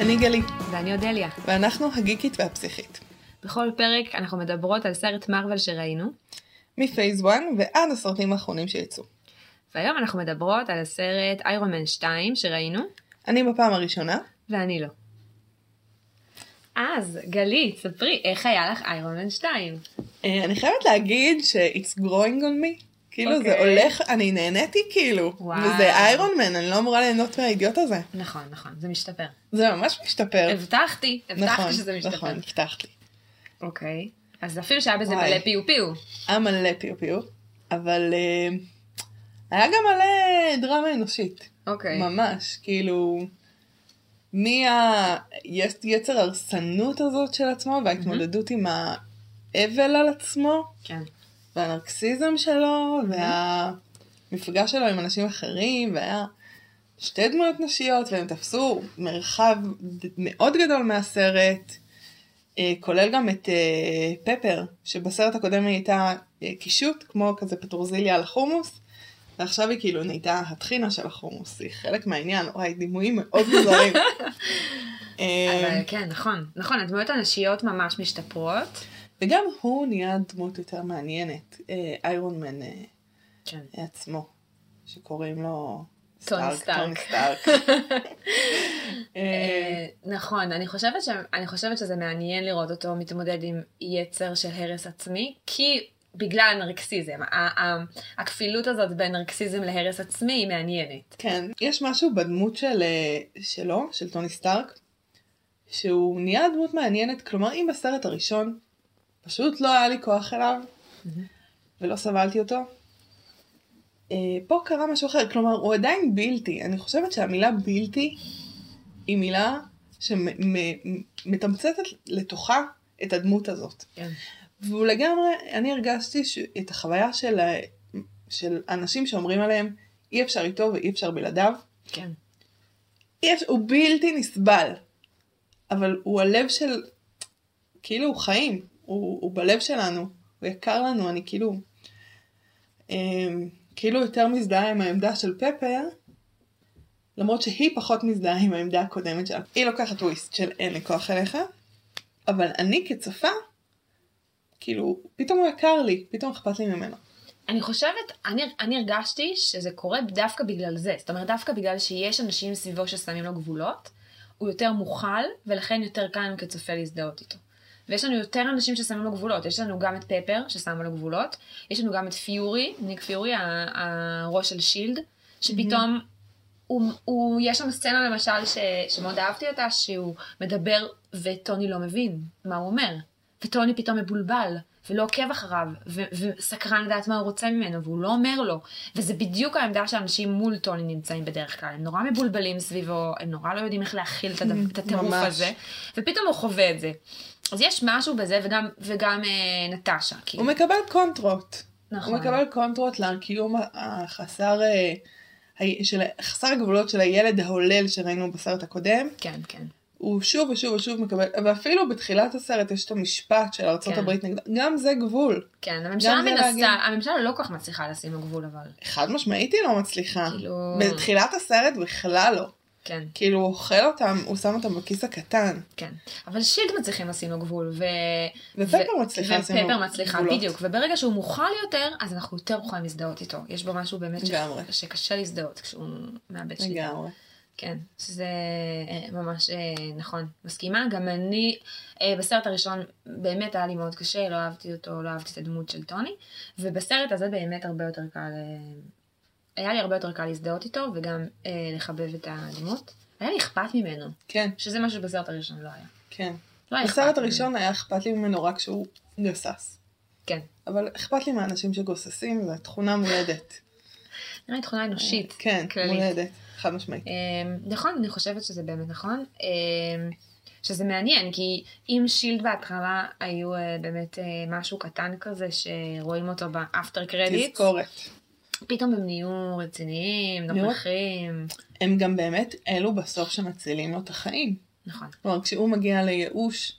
אני גלי, ואני אודליה. ואנחנו הגיקית והפסיכית. בכל פרק אנחנו מדברות על סרט מרוויל שראינו, מפייס 1 ועד הסרטים האחרונים שיצאו. והיום אנחנו מדברות על הסרט איירון מן 2 שראינו, אני בפעם הראשונה, ואני לא. אז, גלית, ספרי, איך היה לך איירון מן 2? אה, אני חייבת להגיד ש-it's growing on me. כאילו זה אוקיי. הולך, אני נהניתי כאילו, וואו. וזה איירון מן, אני לא אמורה ליהנות מהאידיוט הזה. נכון, נכון, זה משתפר. זה ממש משתפר. הבטחתי, נכון, הבטחתי שזה משתפר. נכון, הבטחת לי. אוקיי. אז אפילו שהיה בזה וואי. מלא פיו פיו. היה מלא פיו פיו, אבל אה, היה גם מלא דרמה אנושית. אוקיי. ממש, כאילו, מהיצר הרסנות הזאת של עצמו וההתמודדות עם האבל על עצמו כן. והנרקסיזם שלו והמפגש שלו עם אנשים אחרים והיה שתי דמויות נשיות והם תפסו מרחב ד- מאוד גדול מהסרט, אה, כולל גם את אה, פפר שבסרט הקודם היא הייתה אה, קישוט כמו כזה פטרוזיליה על החומוס. ועכשיו היא כאילו נהייתה הטחינה של החומוס, היא חלק מהעניין, וואי, דימויים מאוד מוזרים. אה, אבל כן, נכון. נכון, הדמויות הנשיות ממש משתפרות. וגם הוא נהיה דמות יותר מעניינת, אה, איירון מן אה, כן. עצמו, שקוראים לו טוני סטארק, סטארק. טוני סטארק. אה, אה, נכון, אני חושבת, ש... אני חושבת שזה מעניין לראות אותו מתמודד עם יצר של הרס עצמי, כי בגלל הנרקסיזם, ה- ה- הכפילות הזאת בין נרקסיזם להרס עצמי היא מעניינת. כן, יש משהו בדמות של, אה, שלו, של טוני סטארק, שהוא נהיה דמות מעניינת, כלומר אם בסרט הראשון פשוט לא היה לי כוח אליו, ולא סבלתי אותו, אה, פה קרה משהו אחר, כלומר הוא עדיין בלתי, אני חושבת שהמילה בלתי היא מילה שמתמצתת לתוכה את הדמות הזאת. כן. והוא לגמרי, אני הרגשתי ש... את החוויה של, ה... של אנשים שאומרים עליהם אי אפשר איתו ואי אפשר בלעדיו. כן. יש, הוא בלתי נסבל, אבל הוא הלב של, כאילו הוא חיים, הוא, הוא בלב שלנו, הוא יקר לנו, אני כאילו, אמ, כאילו יותר מזדהה עם העמדה של פפר, למרות שהיא פחות מזדהה עם העמדה הקודמת שלה. היא לוקחת טוויסט של אין לי כוח אליך, אבל אני כצופה, כאילו, פתאום הוא יקר לי, פתאום אכפת לי ממנו. אני חושבת, אני, אני הרגשתי שזה קורה דווקא בגלל זה. זאת אומרת, דווקא בגלל שיש אנשים סביבו ששמים לו גבולות, הוא יותר מוכל, ולכן יותר קל לנו כצופה להזדהות איתו. ויש לנו יותר אנשים ששמים לו גבולות. יש לנו גם את פפר, ששם לו גבולות, יש לנו גם את פיורי, ניק פיורי, ה- הראש של שילד, שפתאום... הוא, הוא, יש שם סצנה למשל ש, שמאוד אהבתי אותה, שהוא מדבר וטוני לא מבין מה הוא אומר. וטוני פתאום מבולבל, ולא עוקב אחריו, ו, וסקרן לדעת מה הוא רוצה ממנו, והוא לא אומר לו. וזה בדיוק העמדה שאנשים מול טוני נמצאים בדרך כלל. הם נורא מבולבלים סביבו, הם נורא לא יודעים איך להכיל את, הדבר- את הטירוף ממש. הזה, ופתאום הוא חווה את זה. אז יש משהו בזה, וגם, וגם אה, נטשה. כאילו. הוא מקבל קונטרות. נכון. הוא מקבל קונטרות לקיום החסר, אה, ה- של, חסר הגבולות של הילד ההולל שראינו בסרט הקודם. כן, כן. הוא שוב ושוב ושוב מקבל, ואפילו בתחילת הסרט יש את המשפט של ארצות כן. הברית נגד, גם זה גבול. כן, הממשלה גם זה מנסה, להגיד- הממשלה לא כל כך מצליחה לשים לו גבול, אבל חד משמעית היא לא מצליחה. כאילו- בתחילת הסרט בכלל לא. כן. כאילו הוא אוכל אותם, הוא שם אותם בכיס הקטן. כן, אבל שילד מצליחים לשים לו גבול, ו... ופפר מצליחה לשים לו ופפר מצליחה, גבולות. בדיוק. וברגע שהוא מוכל יותר, אז אנחנו יותר יכולים להזדהות איתו. יש בו משהו באמת ש... לגמרי. שקשה להזדהות כשהוא מאבד שליטה. לגמרי. כן, שזה אה, ממש אה, נכון. מסכימה, גם אני, אה, בסרט הראשון באמת היה לי מאוד קשה, לא אהבתי אותו, לא אהבתי את הדמות של טוני, ובסרט הזה באמת הרבה יותר קל, אה, היה לי הרבה יותר קל להזדהות איתו, וגם אה, לחבב את הדמות. היה לי אכפת ממנו, כן, שזה מה שבסרט הראשון לא היה. כן. לא היה בסרט אכפת לי. הראשון היה אכפת לי ממנו רק שהוא גסס. כן. אבל אכפת לי מאנשים שגוססים, זו תכונה מולדת. נראה לי תכונה אנושית. כן, כללית. מולדת, חד משמעית. אמ, נכון, אני חושבת שזה באמת נכון. אמ, שזה מעניין, כי אם שילד בהתחלה היו אה, באמת אה, משהו קטן כזה שרואים אותו באפטר קרדיט, תזכורת. פתאום הם נהיו רציניים, נראה- נוכחים. הם גם באמת אלו בסוף שמצילים לו את החיים. נכון. כלומר, כשהוא מגיע לייאוש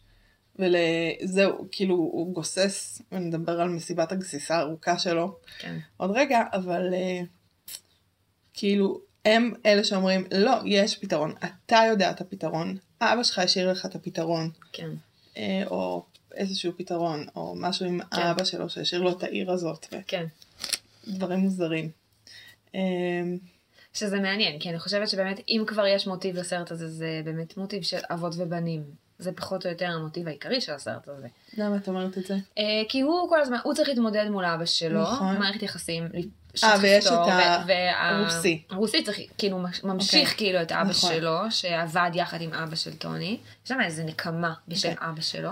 ולזהו, כאילו הוא גוסס, ונדבר על מסיבת הגסיסה הארוכה שלו כן. עוד רגע, אבל אה, כאילו, הם אלה שאומרים, לא, יש פתרון, אתה יודע את הפתרון, אבא שלך ישאיר לך את הפתרון, כן. אה, או איזשהו פתרון, או משהו עם כן. האבא שלו שישאיר לו את העיר הזאת, כן. ודברים מוזרים. אה, שזה מעניין, כי אני חושבת שבאמת, אם כבר יש מוטיב לסרט הזה, זה באמת מוטיב של אבות ובנים. זה פחות או יותר המוטיב העיקרי של הסרט הזה. למה את אומרת את זה? אה, כי הוא כל הזמן, הוא צריך להתמודד מול אבא שלו, נכון. מערכת יחסים. אה, ויש שצריך את לפתור, ה- ו- וה- הרוסי. הרוסי צריך, כאילו, מש- ממשיך אוקיי. כאילו את אבא נכון. שלו, שעבד יחד עם אבא של טוני. יש שם איזה נקמה בשם אוקיי. אבא שלו.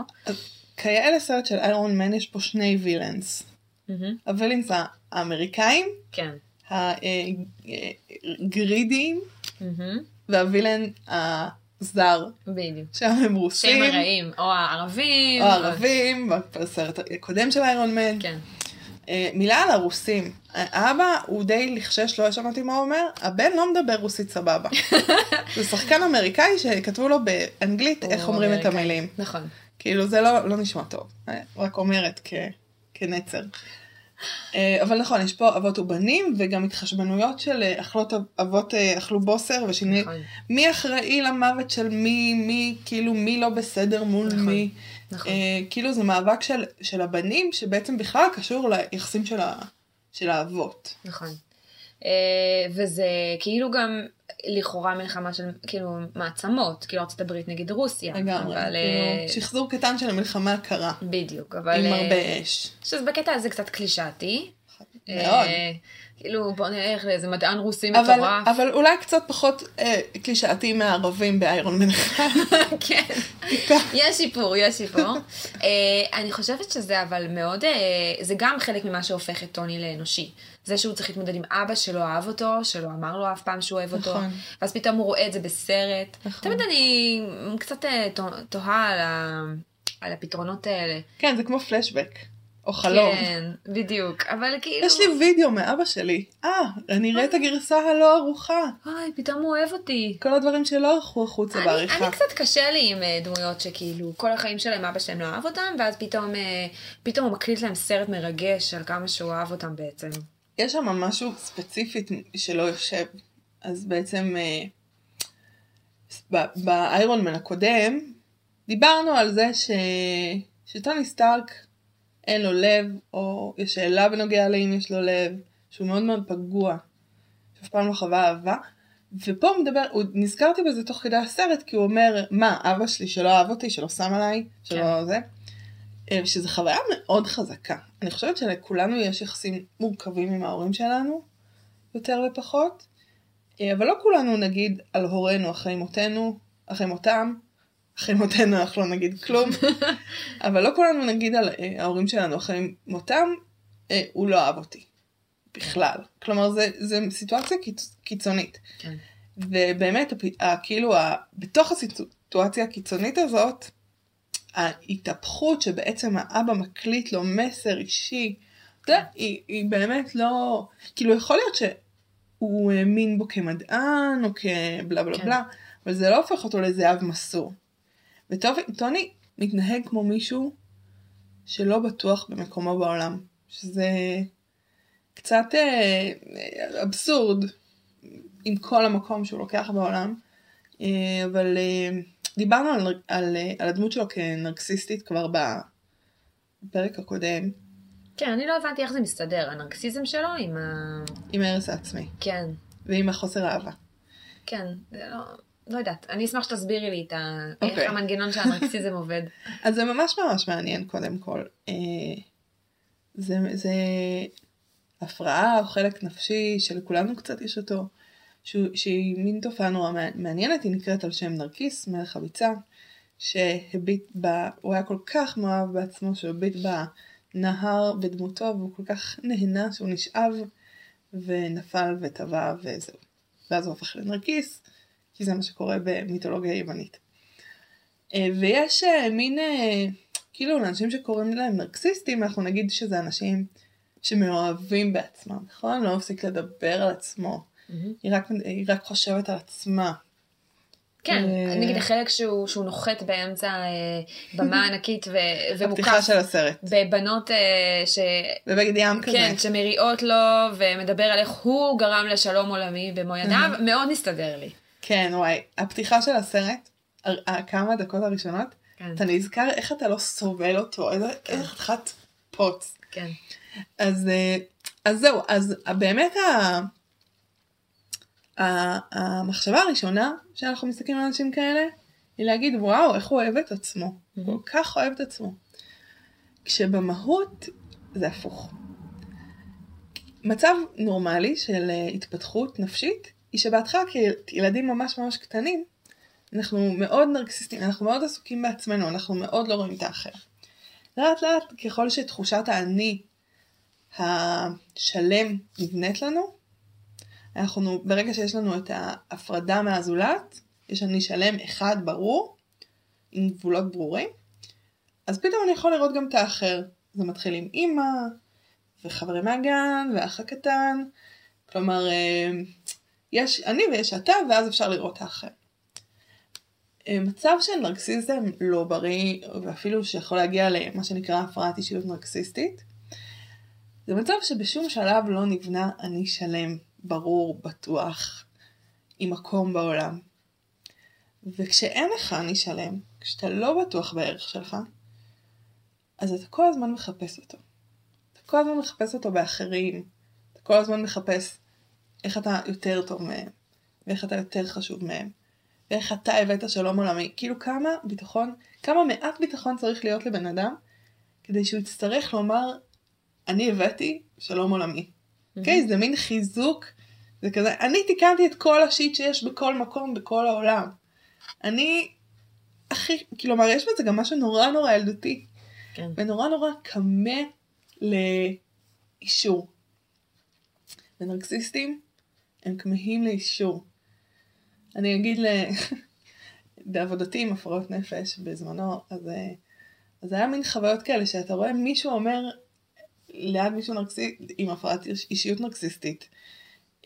כיאה לסרט של איירון מן יש פה שני וילאנס. מהמם. הווילאנס האמריקאים, כן. הגרידיים, מהמם. והווילן הזר, בדיוק. שם הם שהם רוסים, הרעים, או הערבים. או ערבים, בסרט הקודם של איירון מן. כן. אה, מילה על הרוסים. האבא הוא די לחשש, לא שמעתי מה הוא אומר, הבן לא מדבר רוסית סבבה. זה שחקן אמריקאי שכתבו לו באנגלית איך הוא אומרים את אמריקאי. המילים. נכון. כאילו זה לא, לא נשמע טוב, אה, רק אומרת כ, כנצר. אה, אבל נכון, יש פה אבות ובנים, וגם התחשבנויות של אה, אכלות, אבות אה, אכלו בוסר, ושיני, נכון. מי אחראי למוות של מי, מי, כאילו מי לא בסדר מול נכון, מי. נכון. אה, כאילו זה מאבק של, של הבנים, שבעצם בכלל קשור ליחסים של, ה, של האבות. נכון. אה, וזה כאילו גם לכאורה מלחמה של כאילו מעצמות, כאילו ארצות הברית נגד רוסיה. לגמרי, כן, אבל, אה, כאילו, שחזור קטן של המלחמה הקרה, בדיוק, אבל... עם אה, הרבה אש. שזה בקטע הזה קצת קלישאתי. מאוד. אה, כאילו בוא נלך לאיזה מדען רוסי אבל, מטורף. אבל אולי קצת פחות אה, קלישאתי מהערבים באיירון מן אחד. כן. יש שיפור, יש שיפור. אה, אני חושבת שזה אבל מאוד, אה, זה גם חלק ממה שהופך את טוני לאנושי. זה שהוא צריך להתמודד עם אבא שלא אהב אותו, שלא אמר לו אף פעם שהוא אוהב אותו, נכון. ואז פתאום הוא רואה את זה בסרט. נכון. תמיד אני קצת אה, תה- תוהה על, ה... על הפתרונות האלה. כן, זה כמו פלשבק, או חלום. כן, בדיוק, אבל כאילו... יש לי וידאו מאבא שלי. אה, אני אראה את הגרסה הלא ערוכה. אוי, פתאום הוא אוהב אותי. כל הדברים שלא ערכו החוצה אני, בעריכה. אני קצת קשה לי עם אה, דמויות שכאילו כל החיים שלהם אבא שלהם לא אהב אותם ואז פתאום, אה, פתאום הוא מקליט להם סרט מרגש על כמה שהוא אהב אותם בעצם. יש שם משהו ספציפית שלא יושב. אז בעצם אה, ב- באיירון מן הקודם, דיברנו על זה ש... שטוני סטארק אין לו לב, או יש שאלה בנוגע לאם יש לו לב, שהוא מאוד מאוד פגוע, שאף פעם לא חווה אהבה. ופה הוא מדבר, הוא נזכרתי בזה תוך כדי הסרט, כי הוא אומר, מה, אבא שלי שלא אהב אותי, שלא שם עליי, שלא זה. אה, שזו חוויה מאוד חזקה. אני חושבת שלכולנו יש יחסים מורכבים עם ההורים שלנו, יותר ופחות, אה, אבל לא כולנו נגיד על הורינו אחרי מותנו, אחרי מותם, אחרי מותנו אנחנו לא נגיד כלום, אבל לא כולנו נגיד על אה, ההורים שלנו אחרי מותם, אה, הוא לא אהב אותי, בכלל. כלומר, זו סיטואציה קיצ- קיצונית. כן. ובאמת, הפ- ה- כאילו, ה- בתוך הסיטואציה הקיצונית הזאת, ההתהפכות שבעצם האבא מקליט לו מסר אישי, אתה יודע, היא, היא באמת לא... כאילו, יכול להיות שהוא האמין בו כמדען, או כבלה בלה כן. בלה, אבל זה לא הופך אותו לזהב מסור. וטוני מתנהג כמו מישהו שלא בטוח במקומו בעולם, שזה קצת אה, אה, אבסורד עם כל המקום שהוא לוקח בעולם, אה, אבל אה, דיברנו על, על, אה, על הדמות שלו כנרקסיסטית כבר בפרק הקודם, כן, אני לא הבנתי איך זה מסתדר, הנרקסיזם שלו עם ה... עם ההרס העצמי כן, ועם החוסר אהבה. כן, זה לא... לא יודעת, אני אשמח שתסבירי לי את ה... אוקיי. איך המנגנון של הנרקסיזם עובד. אז זה ממש ממש מעניין קודם כל. אה, זה, זה הפרעה או חלק נפשי שלכולנו קצת יש אותו, שהוא, שהיא מין תופעה נורא מע- מעניינת, היא נקראת על שם נרקיס, מלך הביצה, שהביט ב... הוא היה כל כך מאוהב בעצמו שהוא הביט בנהר בדמותו והוא כל כך נהנה שהוא נשאב ונפל וטבע וזהו. ואז הוא הפך לנרקיס, כי זה מה שקורה במיתולוגיה יוונית. אה, ויש אה, מין, אה, כאילו לאנשים שקוראים להם נרקסיסטים, אנחנו נגיד שזה אנשים שמאוהבים בעצמם, נכון? לא מפסיק לדבר על עצמו, היא רק, היא רק חושבת על עצמה. כן, אה. נגיד החלק שהוא, שהוא נוחת באמצע אה, במה ענקית ו... הפתיחה ומוקף של הסרט, בבנות אה, ש... בבגד ים כזה. כן, שמריעות לו, ומדבר על איך הוא Mm-hmm. גרם לשלום עולמי במו ידיו, מאוד מסתדר לי. כן, וואי, הפתיחה של הסרט ה- ה- כמה דקות הראשונות, כן, אתה נזכר איך אתה לא סובל אותו, איזה כן. איזה חתיכת פוץ. כן. אז, אה, אז זהו, אז באמת ה... ה- המחשבה הראשונה שאנחנו מסתכלים על אנשים כאלה, היא להגיד וואו, איך הוא אוהב את עצמו. הוא כל כך אוהב את עצמו. כשבמהות זה הפוך. מצב נורמלי של אה, התפתחות נפשית, היא שבהתחלה כילדים ממש ממש קטנים, אנחנו מאוד נרקסיסטים, אנחנו מאוד עסוקים בעצמנו, אנחנו מאוד לא רואים את האחר. לאט לאט, ככל שתחושת האני השלם נבנית לנו, אנחנו, ברגע שיש לנו את ההפרדה מהזולת, יש אני שלם אחד ברור, עם גבולות ברורים, אז פתאום אני יכול לראות גם את האחר. זה מתחיל עם אימא, וחברים מהגן, והאח הקטן, כלומר, אה, יש אני ויש אתה, ואז אפשר לראות את האחר. אה, מצב של נרקסיזם לא בריא, ואפילו שיכול להגיע למה שנקרא הפרעת אישיות נרקסיסטית, זה מצב שבשום שלב לא נבנה אני שלם, ברור, בטוח, עם מקום בעולם. וכשאין לך אני שלם, כשאתה לא בטוח בערך שלך, אז אתה כל הזמן מחפש אותו. אתה כל הזמן מחפש אותו באחרים. אתה כל הזמן מחפש איך אתה יותר טוב מהם, ואיך אתה יותר חשוב מהם, ואיך אתה הבאת שלום עולמי. כאילו כמה ביטחון, כמה מעט ביטחון צריך להיות לבן אדם, כדי שהוא יצטרך לומר, אני הבאתי שלום עולמי. אוקיי? זה מין חיזוק, זה כזה, אני תיקנתי את כל השיט שיש בכל מקום, בכל העולם. אני הכי, כלומר, יש בזה גם משהו נורא נורא ילדותי, כן. ונורא נורא כמה לאישור. ונרקסיסטים הם כמהים לאישור. אני אגיד ל... בעבודתי עם הפרעות נפש בזמנו, אז, אה, אז היה מין חוויות כאלה שאתה רואה מישהו אומר ליד מישהו נרקסיסט עם הפרעת איש- אישיות נרקסיסטית.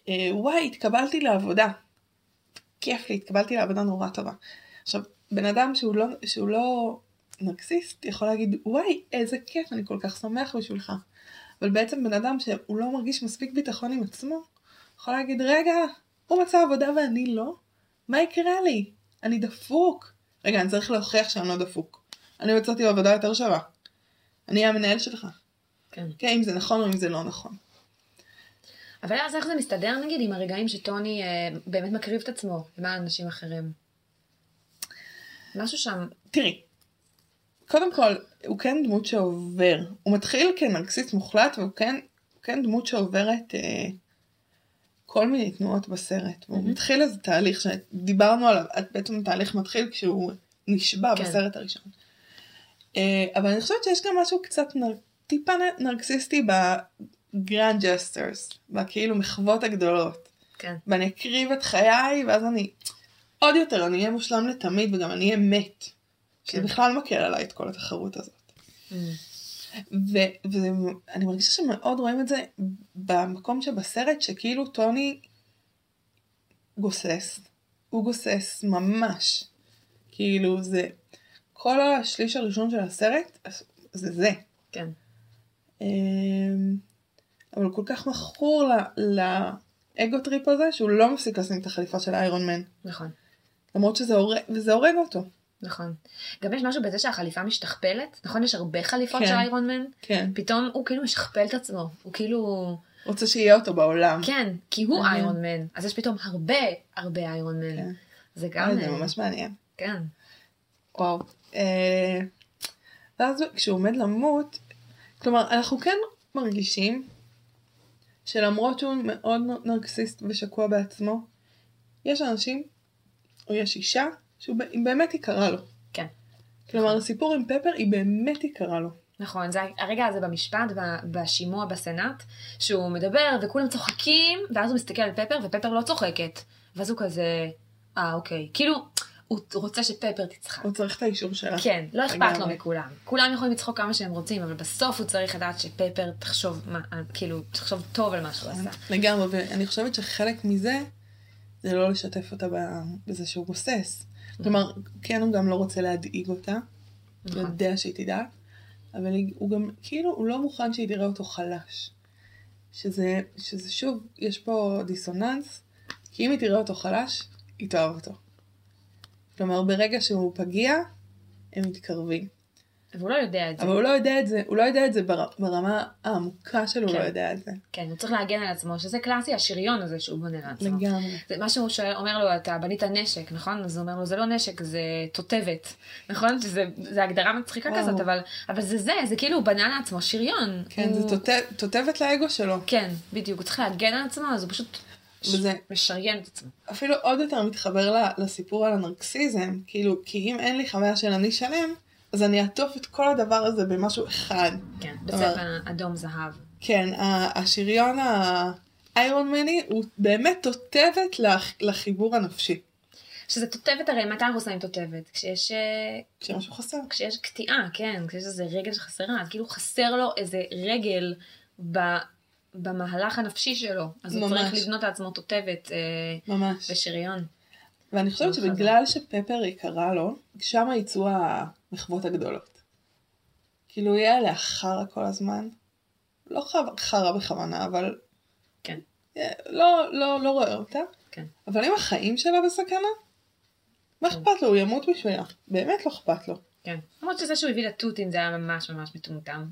אה, וואי, התקבלתי לעבודה. כיף לי, התקבלתי לעבודה נורא טובה. עכשיו, בן אדם שהוא לא, שהוא לא נרקסיסט יכול להגיד, וואי, איזה כיף, אני כל כך שמח בשבילך. אבל בעצם בן אדם שהוא לא מרגיש מספיק ביטחון עם עצמו, יכול להגיד, רגע, הוא מצא עבודה ואני לא? מה יקרה לי? אני דפוק. רגע, אני צריך להוכיח שאני לא דפוק. אני מצאתי עבודה יותר שווה. אני המנהל שלך. כן. כן, אם זה נכון או אם זה לא נכון. אבל אז איך זה מסתדר נגיד עם הרגעים שטוני אה, באמת מקריב את עצמו למען אנשים אחרים? משהו שם, תראי, קודם כל, הוא כן דמות שעובר. הוא מתחיל כנרקסיסט מוחלט, והוא כן, הוא כן דמות שעוברת אה, כל מיני תנועות בסרט. והוא מהמם. מתחיל איזה תהליך שדיברנו עליו, את- בעצם התהליך מתחיל כשהוא נשבע כן. בסרט הראשון. אה, אבל אני חושבת שיש גם משהו קצת נר... טיפה נ- נרקסיסטי בגרנד ג'סטרס, בכאילו מחוות הגדולות. כן. ואני אקריב את חיי, ואז אני עוד יותר, אני אהיה מושלם לתמיד, וגם אני אהיה מת. שזה כן. בכלל מקל עליי את כל התחרות הזאת. Mm. ו- ואני מרגישה שמאוד רואים את זה במקום שבסרט, שכאילו טוני גוסס. הוא גוסס ממש. כאילו זה, כל השליש הראשון של הסרט, אז- זה זה. כן. אמ, אבל הוא כל כך מכור ל- לאגו טריפ הזה, שהוא לא מפסיק לשים את החליפה של איירון מן. נכון, למרות שזה הורג, וזה הורג אותו. נכון. גם יש משהו בזה שהחליפה משתכפלת, נכון? יש הרבה חליפות כן. של איירון מן, כן. פתאום הוא כאילו משכפל את עצמו, הוא כאילו... רוצה שיהיה אותו בעולם. כן, כי הוא מעניין. איירון מן, אז יש פתאום הרבה הרבה איירון מן. כן. זה גם... אה, זה אה, ממש מעניין. כן. וואו. אה, ואז כשהוא עומד למות, כלומר, אנחנו כן מרגישים שלמרות שהוא מאוד נרקסיסט ושקוע בעצמו, יש אנשים, או יש אישה, שהוא ב- היא באמת יקרה לו. כן. כלומר, הסיפור עם פפר היא באמת יקרה לו. נכון, זה הרגע הזה במשפט, ב- בשימוע בסנאט, שהוא מדבר וכולם צוחקים, ואז הוא מסתכל על פפר ופפר לא צוחקת. ואז הוא כזה, אה אוקיי, כאילו, הוא רוצה שפפר תצחק. הוא צריך את האישור שלה. כן, לא אכפת לו לגמרי. מכולם. כולם יכולים לצחוק כמה שהם רוצים, אבל בסוף הוא צריך לדעת שפפר תחשוב, מה- כאילו, תחשוב טוב על מה שהוא נכון. עשה. לגמרי, ואני חושבת שחלק מזה זה לא לשתף אותה ב- בזה שהוא גוסס. כלומר, כן הוא גם לא רוצה להדאיג אותה, הוא נכון. יודע שהיא תדע, אבל היא- הוא גם, כאילו, הוא לא מוכן שהיא תראה אותו חלש. שזה, שזה שוב, יש פה דיסוננס, כי אם היא תראה אותו חלש, היא תאהב אותו. כלומר, ברגע שהוא פגיע, הם מתקרבים. והוא לא יודע את זה. אבל הוא לא יודע את זה, הוא לא יודע את זה בר, ברמה העמוקה שלו, הוא כן. לא יודע את זה. כן, הוא צריך להגן על עצמו, שזה קלאסי השריון הזה שהוא בונה לעצמו. לגמרי. זה מה שהוא שואל, אומר לו, אתה בנית נשק, נכון? אז הוא אומר לו, זה לא נשק, זה תותבת, נכון? שזה זה הגדרה מצחיקה וואו. כזאת, אבל, אבל זה זה, זה כאילו הוא בנה לעצמו שריון. כן, הוא... זה תות- תותבת לאגו שלו. כן, בדיוק, הוא צריך להגן על עצמו, אז הוא פשוט ש- וזה- משריין את עצמו. אפילו עוד יותר מתחבר ל- לסיפור על הנרקסיזם, כאילו, כי אם אין לי חוויה של אני שלם, אז אני אעטוף את כל הדבר הזה במשהו אחד. כן, אבל- בצבע אדום זהב. כן, ה- השריון האיירון מני הוא באמת תותבת לח- לחיבור הנפשי. שזה תותבת הרי, מתי אנחנו שמים תותבת? כשיש אה, כשמשהו חסר. כשיש קטיעה, כן, כשיש איזה רגל שחסרה, אז כאילו חסר לו איזה רגל ב, במהלך הנפשי שלו. אז הוא ממש. צריך לבנות לעצמו תותבת אה, ממש. ושריון. ואני חושבת מאוד חזק. שבגלל שפפר יקרה לו, שם יצאו המחוות הגדולות. כאילו, הוא יהיה עליה חרא כל הזמן. לא ח- חרא בכוונה, אבל... כן. אה, לא, לא, לא רואה אותה. כן. אבל אם החיים שלה בסכנה, מה כן. אכפת לו? הוא ימות בשבילה. באמת לא אכפת לו. כן. למרות שזה שהוא הביא לתותים זה היה ממש ממש מטומטם.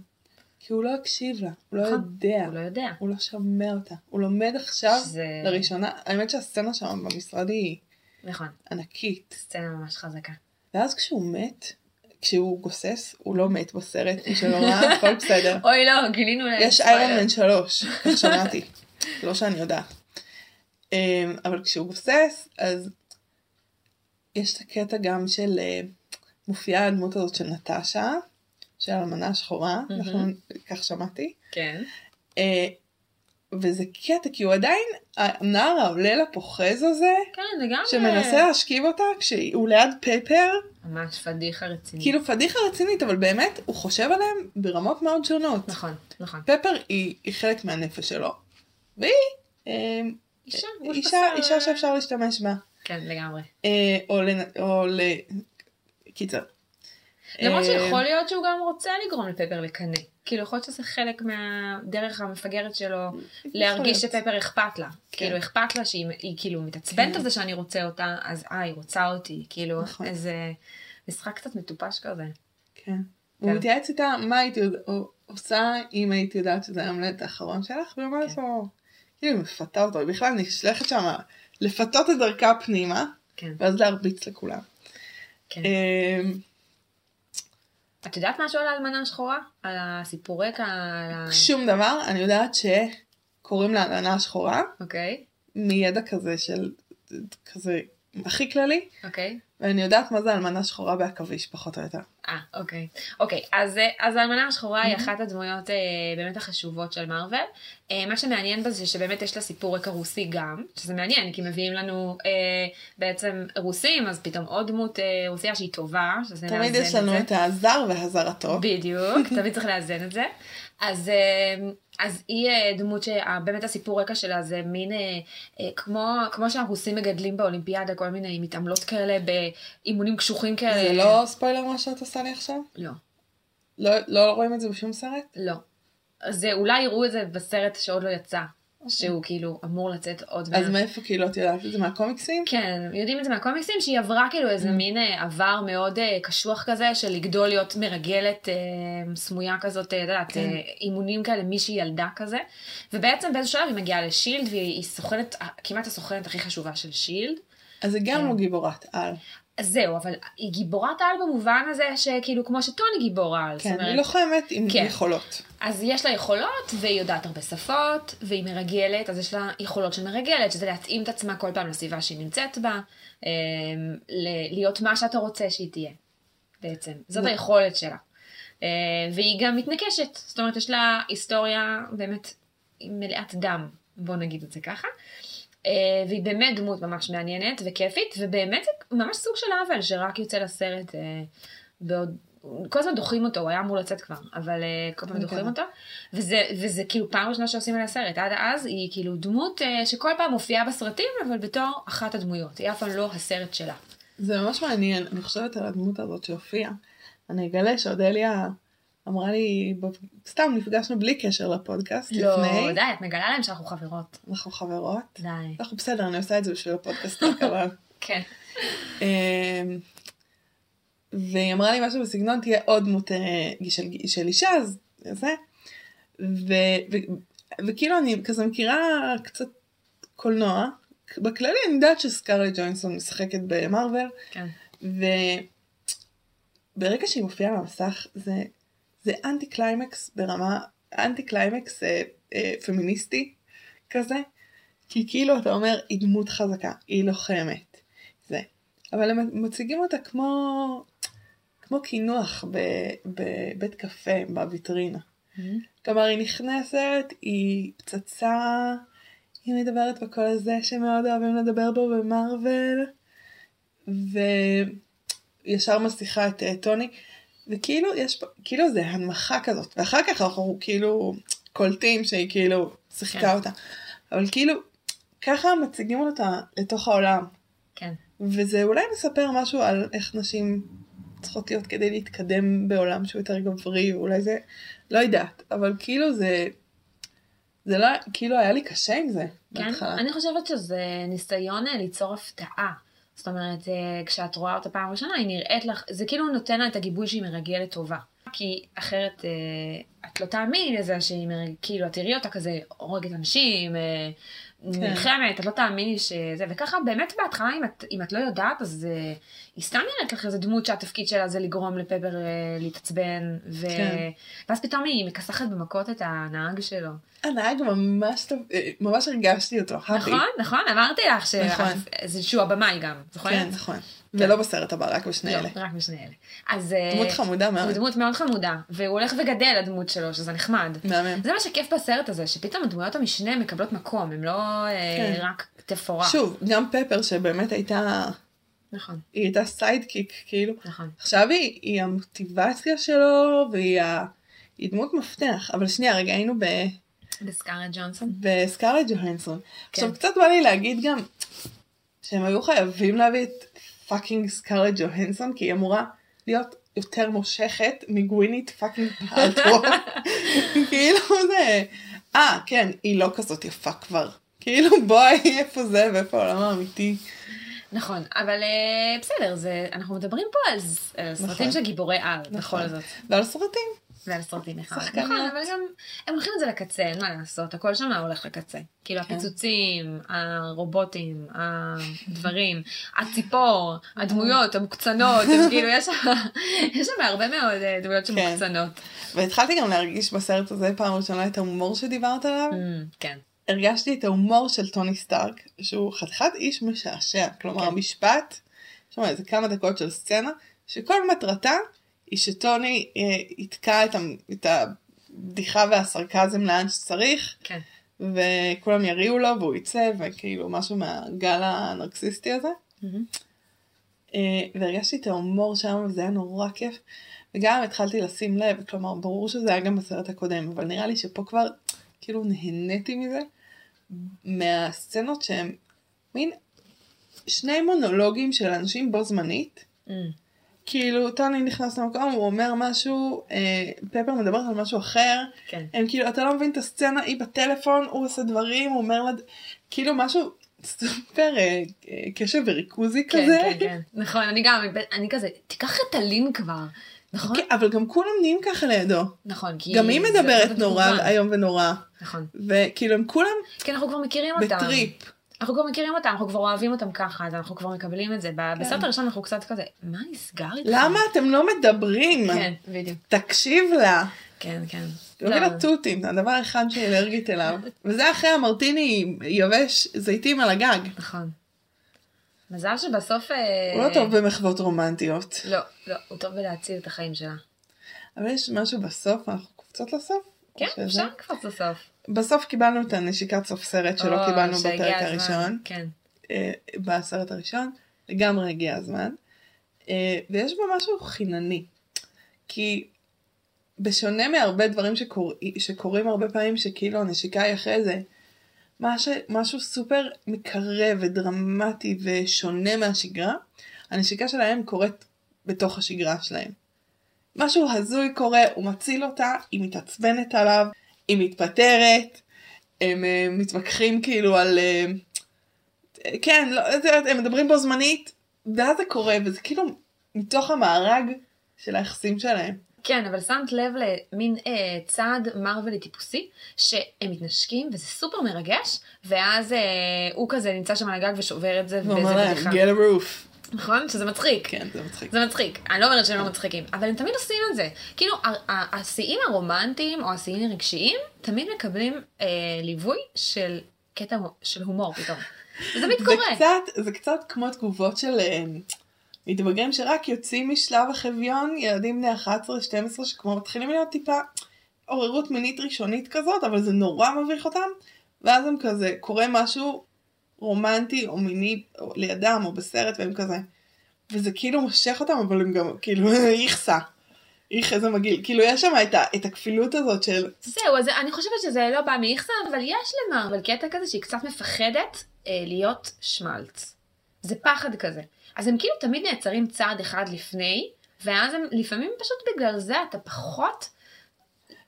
כי הוא לא הקשיב לה, הוא לא נכון. יודע, הוא לא יודע. הוא לא שומע אותה. הוא לומד עכשיו שזה... לראשונה, האמת שהסצנה שם במשרד היא נכון, ענקית. סצנה ממש חזקה. ואז כשהוא מת, כשהוא גוסס, הוא לא מת בסרט, מי שלא ראה, הכל בסדר. אוי לא, גילינו... יש ספוילר. איירון מן שלוש, כך שמעתי, לא שאני יודעת. אמ, אבל כשהוא גוסס, אז יש את הקטע גם של, אה, מופיעה הדמות הזאת של נטשה, של האלמנה השחורה, מהמם. נכון, כך שמעתי. כן. אה, וזה קטע, כי הוא עדיין, הנער העולל הפוחז הזה, כן, לגמרי. שמנסה להשכיב אותה, כשהוא ליד פפר, אה, ממש פדיחה רצינית. כאילו פדיחה רצינית, אבל באמת, הוא חושב עליהם ברמות מאוד שונות. נכון, נכון. פפר היא, היא חלק מהנפש שלו, והיא אה, אישה, גוש אישה, בשר, אישה אה, שאפשר להשתמש בה. כן, לגמרי. אה, או ל... או ל... קיצר. למרות אה, שיכול להיות שהוא גם רוצה לגרום לפפר לקנא. כאילו, יכול להיות שזה חלק מהדרך המפגרת שלו להרגיש להיות. שפפר אכפת לה. כאילו, אכפת לה שהיא היא כאילו מתעצבנת כן. על זה שאני רוצה אותה, אז אה, היא רוצה אותי. כאילו, נכון. איזה משחק קצת מטופש כזה. כן. הוא מתייעץ איתה מה הייתי יודע- או- עושה אם הייתי יודעת שזה המלט האחרון שלך, והיא אומרת כן. לו, כאילו היא מפתה אותו, היא בכלל נשלחת שם לפתות את דרכה פנימה, כן, ואז להרביץ לכולם. כן. אמ, את יודעת משהו על האלמנה השחורה? על הסיפור רקע? על ה... שום דבר, אני יודעת שקוראים לה הלנה השחורה, אוקיי, מידע כזה של, כזה הכי כללי, אוקיי. ואני יודעת מה זה אלמנה שחורה בעכביש פחות או יותר. אה, אוקיי. אוקיי, אז, אה, אז האלמנה השחורה היא Mhm. אחת הדמויות אה, באמת החשובות של מארוול. אה, מה שמעניין בה זה שבאמת יש לה סיפור רקע רוסי גם, שזה מעניין, כי מביאים לנו אה, בעצם רוסים, אז פתאום עוד דמות אה, רוסיה שהיא טובה, שזה תמיד מאזן יש לנו את את הזר והזרתו. בדיוק, תמיד צריך לאזן את זה. אז, אה, אז היא אה, דמות שבאמת הסיפור רקע שלה זה מין, אה, אה, כמו, כמו שהרוסים מגדלים באולימפיאדה, כל מיני מתעמלות כאלה באימונים קשוחים כאלה. זה לא ספוילר מה שאת עושה לי עכשיו? לא. לא, לא רואים את זה בשום סרט? לא. אז אה, אולי יראו את זה בסרט שעוד לא יצא, שהוא כאילו אמור לצאת עוד אוקיי. אז מאיפה כאילו את יודעת את זה מהקומיקסים? כן, יודעים את זה מהקומיקסים, שהיא עברה כאילו איזה Mm. מין אה, עבר מאוד אה, קשוח כזה, של לגדול להיות מרגלת אה, סמויה כזאת, אה, את יודעת, כן. אה, אימונים כאלה, מישהי ילדה כזה. ובעצם באיזשהו שלב היא מגיעה לשילד, והיא היא סוכנת, כמעט הסוכנת הכי חשובה של שילד. אז זה גם כן. לא גיבורת על. אז זהו, אבל היא גיבורת על במובן הזה שכאילו כמו שטוני גיבורה על. זאת כן, אומרת, היא לוחמת עם כן. יכולות. אז יש לה יכולות, והיא יודעת הרבה שפות, והיא מרגלת, אז יש לה יכולות של מרגלת, שזה להתאים את עצמה כל פעם לסביבה שהיא נמצאת בה, אמ, ל- להיות מה שאתה רוצה שהיא תהיה, בעצם. זאת נו. היכולת שלה. אה, והיא גם מתנקשת, זאת אומרת, יש לה היסטוריה באמת מלאת דם, בוא נגיד את זה ככה. אה, והיא באמת דמות ממש מעניינת וכיפית, ובאמת זה ממש סוג של עוול שרק יוצא לסרט אה, בעוד... כל הזמן דוחים אותו, הוא היה אמור לצאת כבר, אבל אה, כל פעם כן. דוחים אותו. וזה, וזה כאילו פעם ראשונה שעושים עליה סרט, עד אז היא כאילו דמות אה, שכל פעם מופיעה בסרטים, אבל בתור אחת הדמויות, היא אף פעם לא הסרט שלה. זה ממש מעניין, אני חושבת על הדמות הזאת שהופיעה. אני אגלה שאודליה אמרה לי, ב- סתם נפגשנו בלי קשר לפודקאסט לא, לפני. די, את מגלה להם שאנחנו חברות. אנחנו חברות. די. אנחנו בסדר, אני עושה את זה בשביל הפודקאסט רק, אבל כן. אמ, והיא אמרה לי משהו בסגנון תהיה עוד מוט אה, של, של אישה אז זה. ו, ו, וכאילו אני כזה מכירה קצת קולנוע. בכללי אני יודעת שסקארלי ג'וינסון משחקת במרוויל כן. וברגע שהיא מופיעה על המסך זה, זה אנטי קליימקס ברמה אנטי קליימקס אה, אה, פמיניסטי כזה כי כאילו אתה אומר היא דמות חזקה היא לוחמת זה אבל הם מציגים אותה כמו כמו קינוח ב- בבית קפה בוויטרינה כלומר היא נכנסת היא פצצה היא מדברת בקול הזה שמאוד אוהבים לדבר בו במרוויל, וישר מסיכה את אה, טוני, וכאילו יש פה, כאילו זה הנמכה כזאת, ואחר כך אנחנו כאילו קולטים שהיא כאילו שיחקה כן. אותה, אבל כאילו ככה מציגים אותה לתוך העולם, כן. וזה אולי מספר משהו על איך נשים צריכות להיות כדי להתקדם בעולם שהוא יותר גברי, אולי זה, לא יודעת, אבל כאילו זה, זה לא, כאילו היה לי קשה עם זה כן, בהתחלה. אני חושבת שזה ניסיון אה, ליצור הפתעה. זאת אומרת, אה, כשאת רואה אותה פעם ראשונה, היא נראית לך, זה כאילו נותן לה את הגיבוי שהיא מרגלת טובה. כי אחרת אה, את לא תאמיני לזה שהיא מרגלת, כאילו, את תראי אותה כזה הורגת אנשים, אה, כן. נלחמת, את לא תאמיני שזה, וככה באמת בהתחלה, אם את, אם את לא יודעת, אז אה, היא סתם נראית לך איזה דמות שהתפקיד שלה זה לגרום לפפר אה, להתעצבן, ו... כן. ואז פתאום היא מכסחת במכות את הנהג שלו. הנהג ממש טוב, אה, ממש הרגשתי אותו, האפי. נכון, נכון, אמרתי לך ש- אוקיי. נכון. זה שהוא הבמאי גם, זוכרת? כן, נכון. ולא בסרט הבא, רק בשני אלה. לא, רק משני אלה. אז... אה, דמות חמודה מאוד. הוא דמות מאוד חמודה, והוא הולך וגדל הדמות שלו, שזה נחמד. מהמם. זה מה שכיף בסרט הזה, שפתאום הדמויות המשנה מקבלות מקום, הן לא אה, כן. רק תפאורה. שוב, גם פפר שבאמת הייתה, נכון, היא הייתה סיידקיק, כאילו. נכון. עכשיו היא, היא המוטיבציה שלו, והיא ה... היא דמות מפתח. אבל שנייה, רגע, היינו ב... בסקארט ג'ונסון. בסקארלט ג'והנסון. עכשיו, קצת בא לי להגיד גם שהם היו חייבים להביא את פאקינג סקארלט ג'והנסון, כי היא אמורה להיות יותר מושכת מגווינית פאקינג פלטרו. כאילו זה... אה, כן, היא לא כזאת יפה כבר. כאילו, בואי, איפה זה ואיפה העולם האמיתי. נכון, אבל אה, בסדר, זה- אנחנו מדברים פה על ס- על סרטים נכון. של גיבורי על, נכון. בכל זאת. ועל סרטים. ועל סרטים אחד. שחקניות. נכון, אבל גם הם הולכים את זה לקצה, אין מה לעשות, הכל שם הולך לקצה. כאילו כן. הפיצוצים, הרובוטים, הדברים, הציפור, הדמויות המוקצנות, הם כאילו יש שם, יש שם הרבה מאוד אה, דמויות כן. שמוקצנות. והתחלתי גם להרגיש בסרט הזה פעם ראשונה את ההומור שדיברת עליו. אמ, כן, הרגשתי את ההומור של טוני סטארק, שהוא חתיכת איש משעשע. כלומר, כן. המשפט, שמע, איזה כמה דקות של סצנה, שכל מטרתה היא שטוני אה, יתקע את, המ- את הבדיחה והסרקזם לאן שצריך, כן, וכולם יריעו לו והוא יצא, וכאילו משהו מהגל הנרקסיסטי הזה. אמ, אה, והרגשתי את ההומור שם, וזה היה נורא כיף. וגם התחלתי לשים לב, כלומר, ברור שזה היה גם בסרט הקודם, אבל נראה לי שפה כבר, כאילו, נהניתי מזה, מהסצנות שהן מין שני מונולוגים של אנשים בו זמנית. אמ, כאילו, טוני נכנס למקום, הוא אומר משהו, אה, פפר מדברת על משהו אחר, כן. הם כאילו, אתה לא מבין את הסצנה, היא בטלפון, הוא עושה דברים, הוא אומר לה, ד- כאילו, משהו סופר אה, אה, קשב וריכוזי כן, כזה. כן, כן. נכון, אני גם, אני כזה, תיקח את הלין כבר. נכון? כן, אבל גם כולם נהיים ככה לידו. נכון, כי... גם היא זה לא מדברת עוד נורא התגובה. איום ונורא. נכון. וכאילו הם כולם כי אנחנו כבר מכירים אותם. בטריפ. אנחנו כבר מכירים אותם, אנחנו כבר אוהבים אותם ככה, אז אנחנו כבר מקבלים את זה. ב- בסרט הראשון אנחנו קצת כזה, מה נסגר איתך? למה אתם לא מדברים? כן, בדיוק. תקשיב לה. כן, כן. תראי לה תותים, זה הדבר האחד שהיא אלרגית אליו. וזה אחרי המרטיני יבש זיתים על הגג. נכון. מזל שבסוף... אה, הוא לא טוב במחוות רומנטיות. לא, לא, הוא טוב בלהציל את החיים שלה. אבל יש משהו בסוף, אנחנו קופצות לסוף? כן, שזה- אפשר לקפוץ לסוף. בסוף קיבלנו את הנשיקת סוף סרט שלא או, קיבלנו שהגיע בפרק הזמן. הראשון. כן, אה, בסרט הראשון, לגמרי הגיע הזמן. אה, ויש בו משהו חינני. כי בשונה מהרבה דברים שקור... שקורים הרבה פעמים, שכאילו הנשיקה היא אחרי זה, מש... משהו סופר מקרב ודרמטי ושונה מהשגרה, הנשיקה שלהם קורית בתוך השגרה שלהם. משהו הזוי קורה, הוא מציל אותה, היא מתעצבנת עליו, היא מתפטרת, הם אה, מתווכחים כאילו על... אה, כן, לא, את יודעת, הם מדברים בו זמנית, ואז זה קורה, וזה כאילו מתוך המארג של היחסים שלהם. כן, אבל שמת לב למין אה, צעד מרווילי טיפוסי, שהם מתנשקים וזה סופר מרגש, ואז אה, הוא כזה נמצא שם על הגג ושובר את זה, הוא וזה אומר להם, בדיחה. get a roof. נכון? שזה מצחיק. כן, זה מצחיק. זה מצחיק, אני לא אומרת שהם לא מצחיקים, אבל הם תמיד עושים את זה. כאילו, ה- ה- השיאים הרומנטיים או השיאים הרגשיים, תמיד מקבלים אה, ליווי של קטע הו- של הומור פתאום. וזה תמיד זה קורה. קצת, זה קצת כמו תגובות של אה, מתבגרים שרק יוצאים משלב החביון, ילדים בני 11-12 שכמו מתחילים להיות טיפה עוררות מינית ראשונית כזאת, אבל זה נורא מביך אותם, ואז הם כזה, קורה משהו רומנטי או מיני או לידם או בסרט והם כזה, וזה כאילו מושך אותם, אבל הם גם כאילו איכסה. איך איזה מגעיל, כאילו יש שם את, ה, את הכפילות הזאת של זהו, אז אני חושבת שזה לא בא מאיכסה, אבל יש למרבל קטע כזה שהיא קצת מפחדת אה, להיות שמלץ. זה פחד כזה. אז הם כאילו תמיד נעצרים צעד אחד לפני, ואז הם לפעמים פשוט בגלל זה אתה פחות,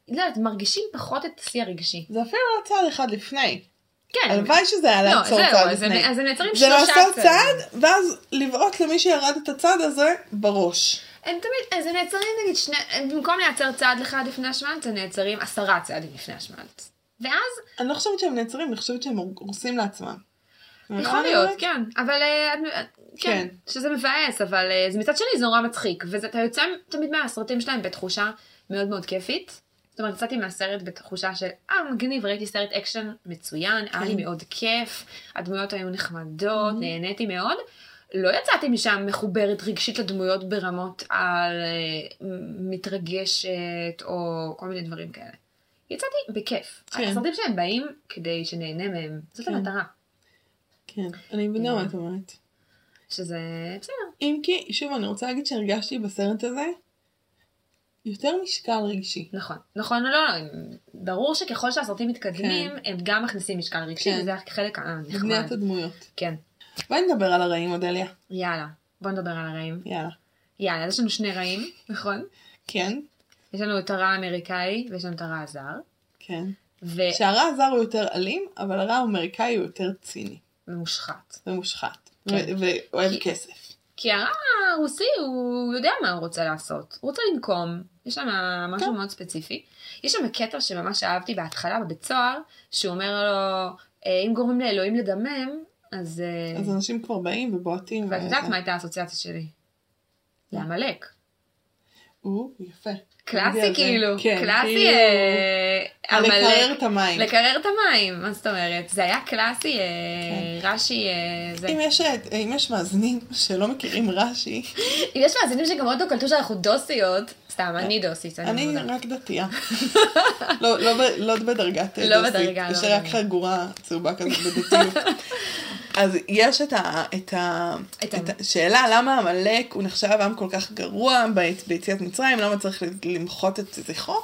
לא יודעת, מרגישים פחות את השיא הרגשי. זה אפילו לא צעד אחד לפני, כן. הלוואי שזה היה לא, לעצור זהו, צעד אז הם- לפני. אז הם נעצרים זה לא שלושה לעשות צעדים. צעד, ואז לבעוט למי שירד את הצעד הזה בראש. הם תמיד, אז הם נעצרים נגיד שני, הם במקום לייצר צעד אחד לפני השמלץ, הם נעצרים עשרה צעדים לפני השמלץ. ואז, אני לא חושבת שהם נעצרים, אני חושבת שהם הורסים לעצמם. נכון, יכול להיות, כן, אבל, אה, את- כן, כן. שזה מבאס, אבל אה, זה מצד שני זה נורא מצחיק, ואתה יוצא תמיד מהסרטים שלהם בתחושה מאוד מאוד כיפית. זאת אומרת, יצאתי מהסרט בתחושה של, אה, מגניב, ראיתי סרט אקשן מצוין, היה כן. לי מאוד כיף, הדמויות היו Mm-hmm. נחמדות, נהניתי מאוד. לא יצאתי משם מחוברת רגשית לדמויות ברמות על אה, מ- מתרגשת או כל מיני דברים כאלה. יצאתי בכיף. כן. הסרטים שהם באים כדי שנהנה מהם, זאת כן. המטרה. כן, אני מבינה נכון. מה את אומרת. שזה בסדר. אם כי, שוב, אני רוצה להגיד שהרגשתי בסרט הזה יותר משקל רגשי. נכון, נכון, לא, לא, הם- ברור שככל שהסרטים מתקדמים, הם גם מכניסים משקל רגשי, כן. וזה החלק בניית הנחמד. הדמויות. כן, בואי נדבר על הרעים, אודליה. יאללה, בוא נדבר על הרעים. יאללה. יאללה, אז יש לנו שני רעים, נכון? כן, יש לנו את הרע האמריקאי, ויש לנו את הרע הזר, כן. ו- שהרע הזר הוא יותר אלים, אבל הרע האמריקאי הוא יותר ציני ומושחת. ומושחת. כן. ו- ואוהב כי- כסף. כי הרע הרוסי, הוא יודע מה הוא רוצה לעשות. הוא רוצה לנקום, יש שם משהו כן. מאוד ספציפי. יש שם קטע שממש אהבתי בהתחלה בבית סוהר, שהוא אומר לו, "אה, אם גורמים לאלוהים לדמם, אז... אה, אז אנשים כבר באים ובועטים. ואת יודעת וזה. מה הייתה האסוציאציה שלי? לעמלק. הוא יפה. קלאסי בגלל זה. כאילו, כן, קלאסי כאילו, אה, על לקרר עמלק. את המים. לקרר את המים, מה זאת אומרת? זה היה קלאסי, אה, רש"י, אה, זה. כן. אם יש, אם יש מאזינים שלא מכירים רש"י, אם יש מאזינים שגם עוד לא קלטו שאנחנו דוסיות, סתם, אני דוסית, אני אני מודה. רק דתייה. לא, לא, ב- לא בדרגת לא דוסית, בדרגה, יש לא לי רק בדרגה. חגורה צהובה כזאת בדתיות. אז יש את, ה, את, ה, את את, ה- השאלה למה עמלק הוא נחשב עם כל כך גרוע בית- ביציאת מצרים, למה צריך ל- למחות את זכרו.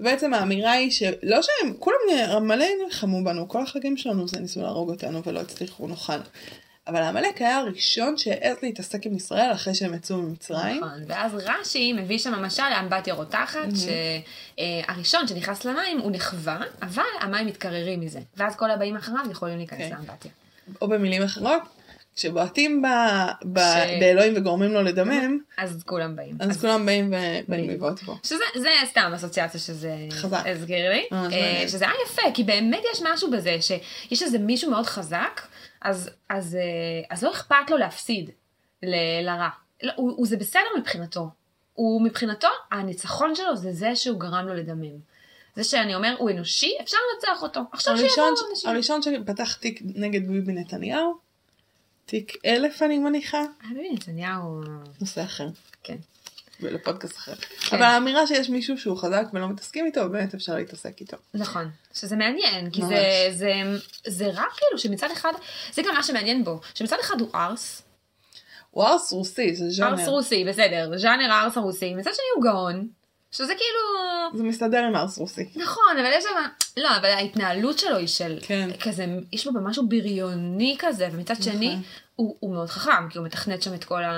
בעצם האמירה היא שלא שהם, כולם נ- מלא נלחמו בנו, כל החגים שלנו זה ניסו להרוג אותנו ולא הצליחו נוכל. אבל עמלק היה הראשון שהעז להתעסק עם ישראל אחרי שהם יצאו ממצרים. נכון, ואז רש"י מביא שם משל לאמבטיה רותחת, שהראשון שנכנס למים הוא נחווה, אבל המים מתקררים מזה. ואז כל הבאים אחריו יכולים להיכנס אוקיי. לאמבטיה. או במילים אחרות, כשבועטים ב... ב... ש- באלוהים וגורמים לו לדמם, אז כולם באים. אז כולם באים ובאים בדיוק. לבעוט בו. שזה זה סתם אסוציאציה שזה חזק. הזכיר לי, ממש אה, מעניין. שזה היה יפה, כי באמת יש משהו בזה, שיש איזה מישהו מאוד חזק, אז, אז, אה, אז לא אכפת לו להפסיד ל- לרע. לא, הוא, הוא, זה בסדר מבחינתו. הוא מבחינתו, הניצחון שלו זה זה שהוא גרם לו לדמם. זה שאני אומר, הוא אנושי, אפשר לנצח אותו. עכשיו שיבואו הראשון, אנשים. הראשון שפתח תיק נגד ביבי נתניהו, תיק אלף אני מניחה, אה, ביבי נתניהו, נושא אחר, כן. ולפודקאסט אחר. אבל האמירה שיש מישהו שהוא חזק ולא מתעסקים איתו, באמת אפשר להתעסק איתו. נכון, שזה מעניין, כי ממש. זה, זה, זה רע כאילו שמצד אחד, זה גם מה שמעניין בו, שמצד אחד הוא ארס, הוא ארס רוסי, זה ארס ז'אנר. רוסי, בסדר, ז'אנר הארס הרוסי, מצד שני הוא גאון, שזה כאילו, זה מסתדר עם ארס רוסי. נכון, אבל יש שם, לא, אבל ההתנהלות שלו היא של, כן. כזה, יש בו משהו בריוני כזה, ומצד שני, נכון. הוא, הוא מאוד חכם, כי הוא מתכנת שם את כל ה...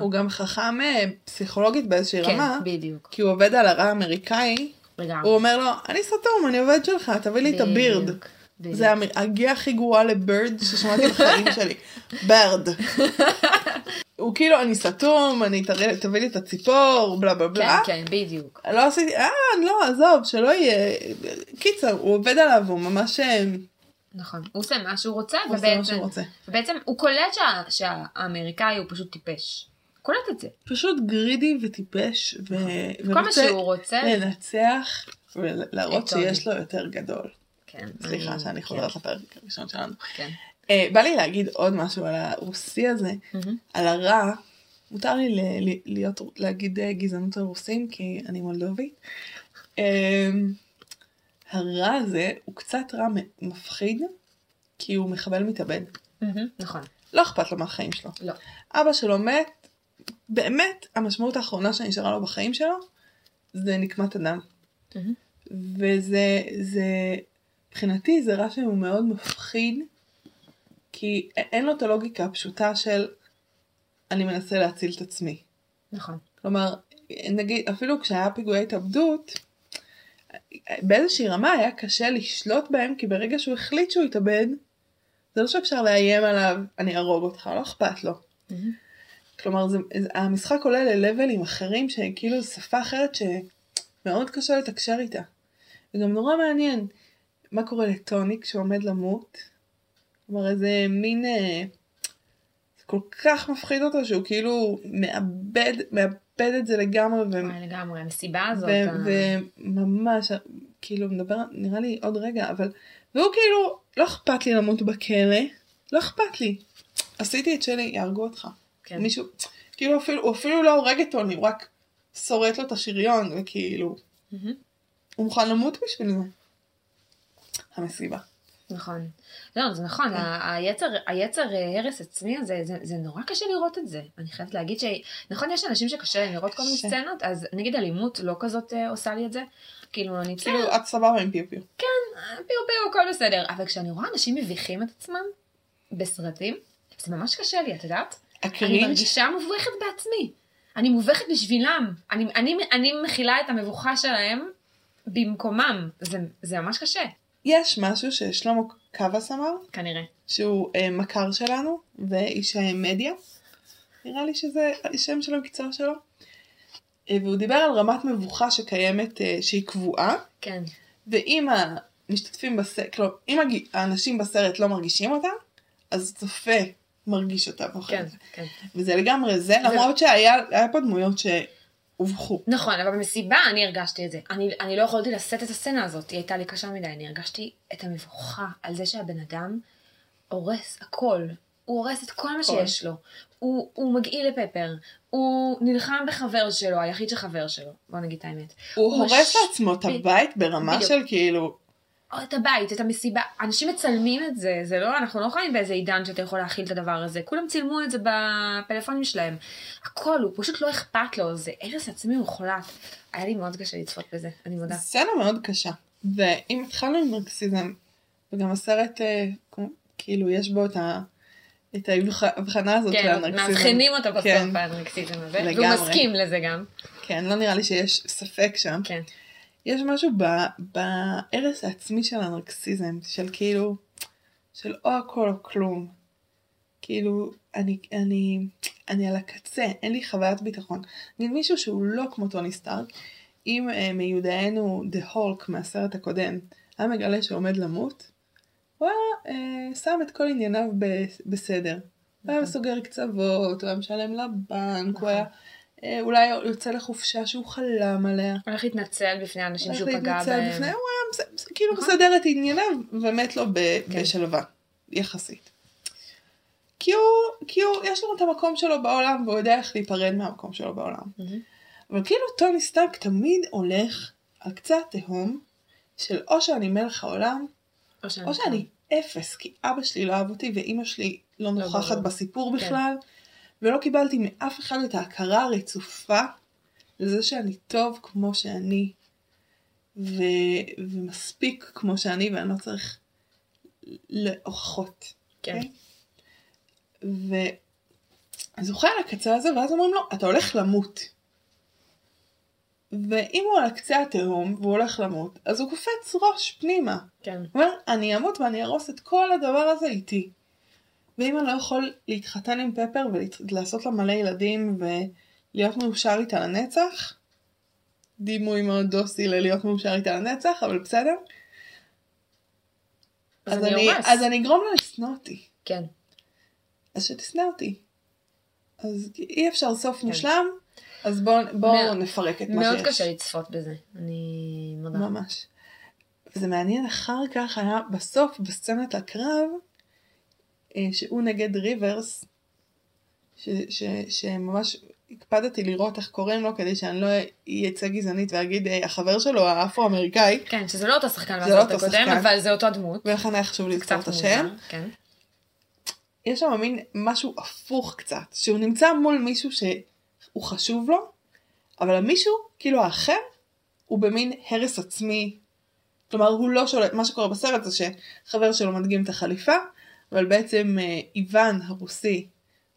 הוא גם חכם אה, פסיכולוגית באיזושהי כן, רמה, בדיוק, כי הוא עובד על הרע האמריקאי, לגמרי. הוא אומר לו, אני סתום, אני עובד שלך, תביא לי את הבירד. בדיוק, בדיוק. זה הגיעה הכי גרועה לבירד ששמעתי בחיים שלי. ברד. הוא כאילו, אני סתום, אני תראה- תביא לי את הציפור, בלה בלה כן, בלה. כן, בדיוק. לא עשיתי, אה, לא, עזוב, שלא יהיה. קיצר, הוא עובד עליו, הוא ממש... אה, נכון. הוא עושה מה שהוא רוצה, הוא עושה מה ובעצם, שהוא רוצה. ובעצם הוא קולט שה, שהאמריקאי הוא פשוט טיפש. הוא קולט את זה. פשוט גרידי וטיפש, ו... כל מה שהוא רוצה. אה, לנצח ולהראות את הוני. שיש לו יותר גדול. כן. סליחה אני- שאני חוזרת לפרק הראשון שלנו. כן. אה, בא לי להגיד עוד משהו על הרוסי הזה, כן. מהמם. על הרע. מותר לי ל- ל- להיות, להגיד אה, גזענות על רוסים, כי אני מולדובית. אה, הרע הזה הוא קצת רע מ- מפחיד, כי הוא מחבל מתאבד. מהמם. נכון. לא אכפת לו מהחיים שלו. לא. אבא שלו מת, באמת המשמעות האחרונה שנשארה לו בחיים שלו זה נקמת הדם. מהמם. וזה, זה, מבחינתי זה רע שהוא מאוד מפחיד, כי א- אין לו את הלוגיקה הפשוטה של אני מנסה להציל את עצמי. נכון. כלומר, נגיד, אפילו כשהיה פיגועי התאבדות, באיזושהי רמה היה קשה לשלוט בהם, כי ברגע שהוא החליט שהוא התאבד, זה לא שאפשר לאיים עליו, אני ארוג אותך, לא אכפת לו. מהמם. כלומר, זה, זה- המשחק עולה ללבלים אחרים, שכאילו זו שפה אחרת שמאוד קשה לתקשר איתה. וגם נורא מעניין מה קורה לטוני כשהוא עומד למות. כלומר, איזה מין... אה, זה כל כך מפחיד אותו שהוא כאילו מאבד, מאבד את זה לגמרי, ו- וואי, אה, לגמרי, המסיבה הזאת. אה. ה- ו- וממש, כאילו, מדבר, נראה לי עוד רגע, אבל... והוא כאילו, לא אכפת לי למות בכלא, לא אכפת לי. עשיתי את שלי, יהרגו אותך. כן. מישהו, כאילו אפילו, הוא אפילו לא הורג את טוני, הוא רק שורט לו את השריון, וכאילו, מהמם. הוא מוכן למות בשביל זה. המסיבה. נכון. לא, זה כן. נכון, ה- היצר, היצר אה, הרס עצמי הזה, זה, זה נורא קשה לראות את זה. אני חייבת להגיד ש... נכון, יש אנשים שקשה להם לראות כל מיני קשה. סצנות, אז נגיד אלימות לא כזאת אה, עושה לי את זה. כאילו, אני כאילו, כאילו, את סבבה עם פיו פיו. אה, פיו פיו, הכל בסדר. אבל כשאני רואה אנשים מביכים את עצמם בסרטים, זה ממש קשה לי, את יודעת? אני הקרינג' מרגישה מובכת בעצמי. אני מובכת בשבילם. אני, אני, אני מכילה את המבוכה שלהם במקומם. זה, זה ממש קשה, יש משהו ששלמה קבס אמר, כנראה. שהוא אה, מכר שלנו, ואיש אה, מדיה. נראה לי שזה השם של המקצוע שלו. אה, והוא דיבר על רמת מבוכה שקיימת, אה, שהיא קבועה, כן. ואם המשתתפים בסרט, כלומר, אם הג- האנשים בסרט לא מרגישים אותה, אז צופה מרגיש אותה. ואוכל כן, אותה. כן. וזה לגמרי זה, למרות שהיה היה פה דמויות שהובכו. נכון, אבל במסיבה אני הרגשתי את זה. אני, אני לא יכולתי לשאת את הסצנה הזאת, היא הייתה לי קשה מדי. אני הרגשתי את המבוכה על זה שהבן אדם הורס הכל. הוא הורס את כל מה הכל. שיש לו. הוא, הוא מגעיל לפפר. הוא נלחם בחבר שלו, היחיד שחבר שלו. בוא נגיד את האמת. הוא מש- הורס לעצמו את הבית ברמה בדיוק. של כאילו, או את הבית, את המסיבה. אנשים מצלמים את זה, זה לא, אנחנו לא חיים באיזה עידן שאתה יכול להכיל את הדבר הזה. כולם צילמו את זה בפלאפונים שלהם. הכל, הוא פשוט לא אכפת לו, זה הרס עצמי מוחלט. היה לי מאוד קשה לצפות בזה, אני מודה. סצנה מאוד קשה. ואם התחלנו עם מרקסיזם, וגם הסרט, אה, כמו- כאילו, יש בו את ה- את ההבחנה הזאת של כן, הנרקסיזם. מאבחנים אותו כן. בסוף, האנרקסיזם הזה. והוא לגמרי. מסכים לזה גם. כן, לא נראה לי שיש ספק שם. כן. יש משהו ב- בהרס העצמי של הנרקסיזם, של כאילו, של או הכל או כלום. כאילו, אני, אני, אני על הקצה, אין לי חוויית ביטחון. נגיד מישהו שהוא לא כמו טוני סטארק, אם אה, מיודענו דה הולק מהסרט הקודם, היה מגלה שהוא עומד למות, הוא היה אה, שם את כל ענייניו ב- בסדר. הוא היה נכון. סוגר קצוות, הוא היה משלם לבנק, נכון. הוא היה אה, אולי יוצא לחופשה שהוא חלם עליה. הולך להתנצל בפני האנשים שהוא הולך פגע להתנצל בהם. בפני- הוא היה מס- מס- כאילו נכון. מסדר את ענייניו ומת לו ב- כן. בשלווה, יחסית. כי הוא, כי הוא, יש לו את המקום שלו בעולם והוא יודע איך להיפרד מהמקום שלו בעולם. מהמם. אבל כאילו טוני סטארק תמיד הולך על קצה התהום של או שאני מלך העולם, או שאני- לא. או שאני אוקיי. אפס, כי אבא שלי לא אהב אותי ואימא שלי לא נוכחת ברור. בסיפור כן. בכלל, ולא קיבלתי מאף אחד את ההכרה הרצופה לזה שאני טוב כמו שאני, ו... ומספיק כמו שאני, ואני לא צריך להוכחות. כן. ו... אז הוא חי על הקצה הזה, ואז אומרים לו, אתה הולך למות. ואם הוא על קצה התהום והוא הולך למות, אז הוא קופץ ראש פנימה. כן. הוא אומר, אני אמות ואני ארוס את כל הדבר הזה איתי. ואמא לא יכול להתחתן עם פפר ולעשות לה מלא ילדים ולהיות מאושר איתה לנצח, דימוי מאוד דוסי ללהיות מאושר איתה לנצח, אבל בסדר. אז אז אני אני, הורס. אז אני אגרום לה לשנוא אותי. כן. אז שתשנא אותי. אז אי אפשר סוף מושלם, אז בואו בוא מאוד- נפרק את מה שיש. כן. מאוד קשה לצפות בזה. אני מודה. ממש. וזה מעניין אחר כך היה בסוף בסצנת הקרב אה, שהוא נגד ריברס ש, ש, שממש הקפדתי לראות איך קוראים לו כדי שאני לא אצא גזענית ואגיד "אה, החבר שלו האפרו-אמריקאי כן, שזה לא אותו שחקן זה לא מהסרט אותו הקודם, שחקן. אבל זה אותו דמות. ולכן היה חשוב קצת לזכור את השם. מוזר. כן. יש שם מין משהו הפוך קצת שהוא נמצא מול מישהו שהוא חשוב לו אבל המישהו כאילו האחר הוא במין הרס עצמי. כלומר הוא לא שולט, מה שקורה בסרט זה שחבר שלו מדגים את החליפה, אבל בעצם אה, איוון הרוסי,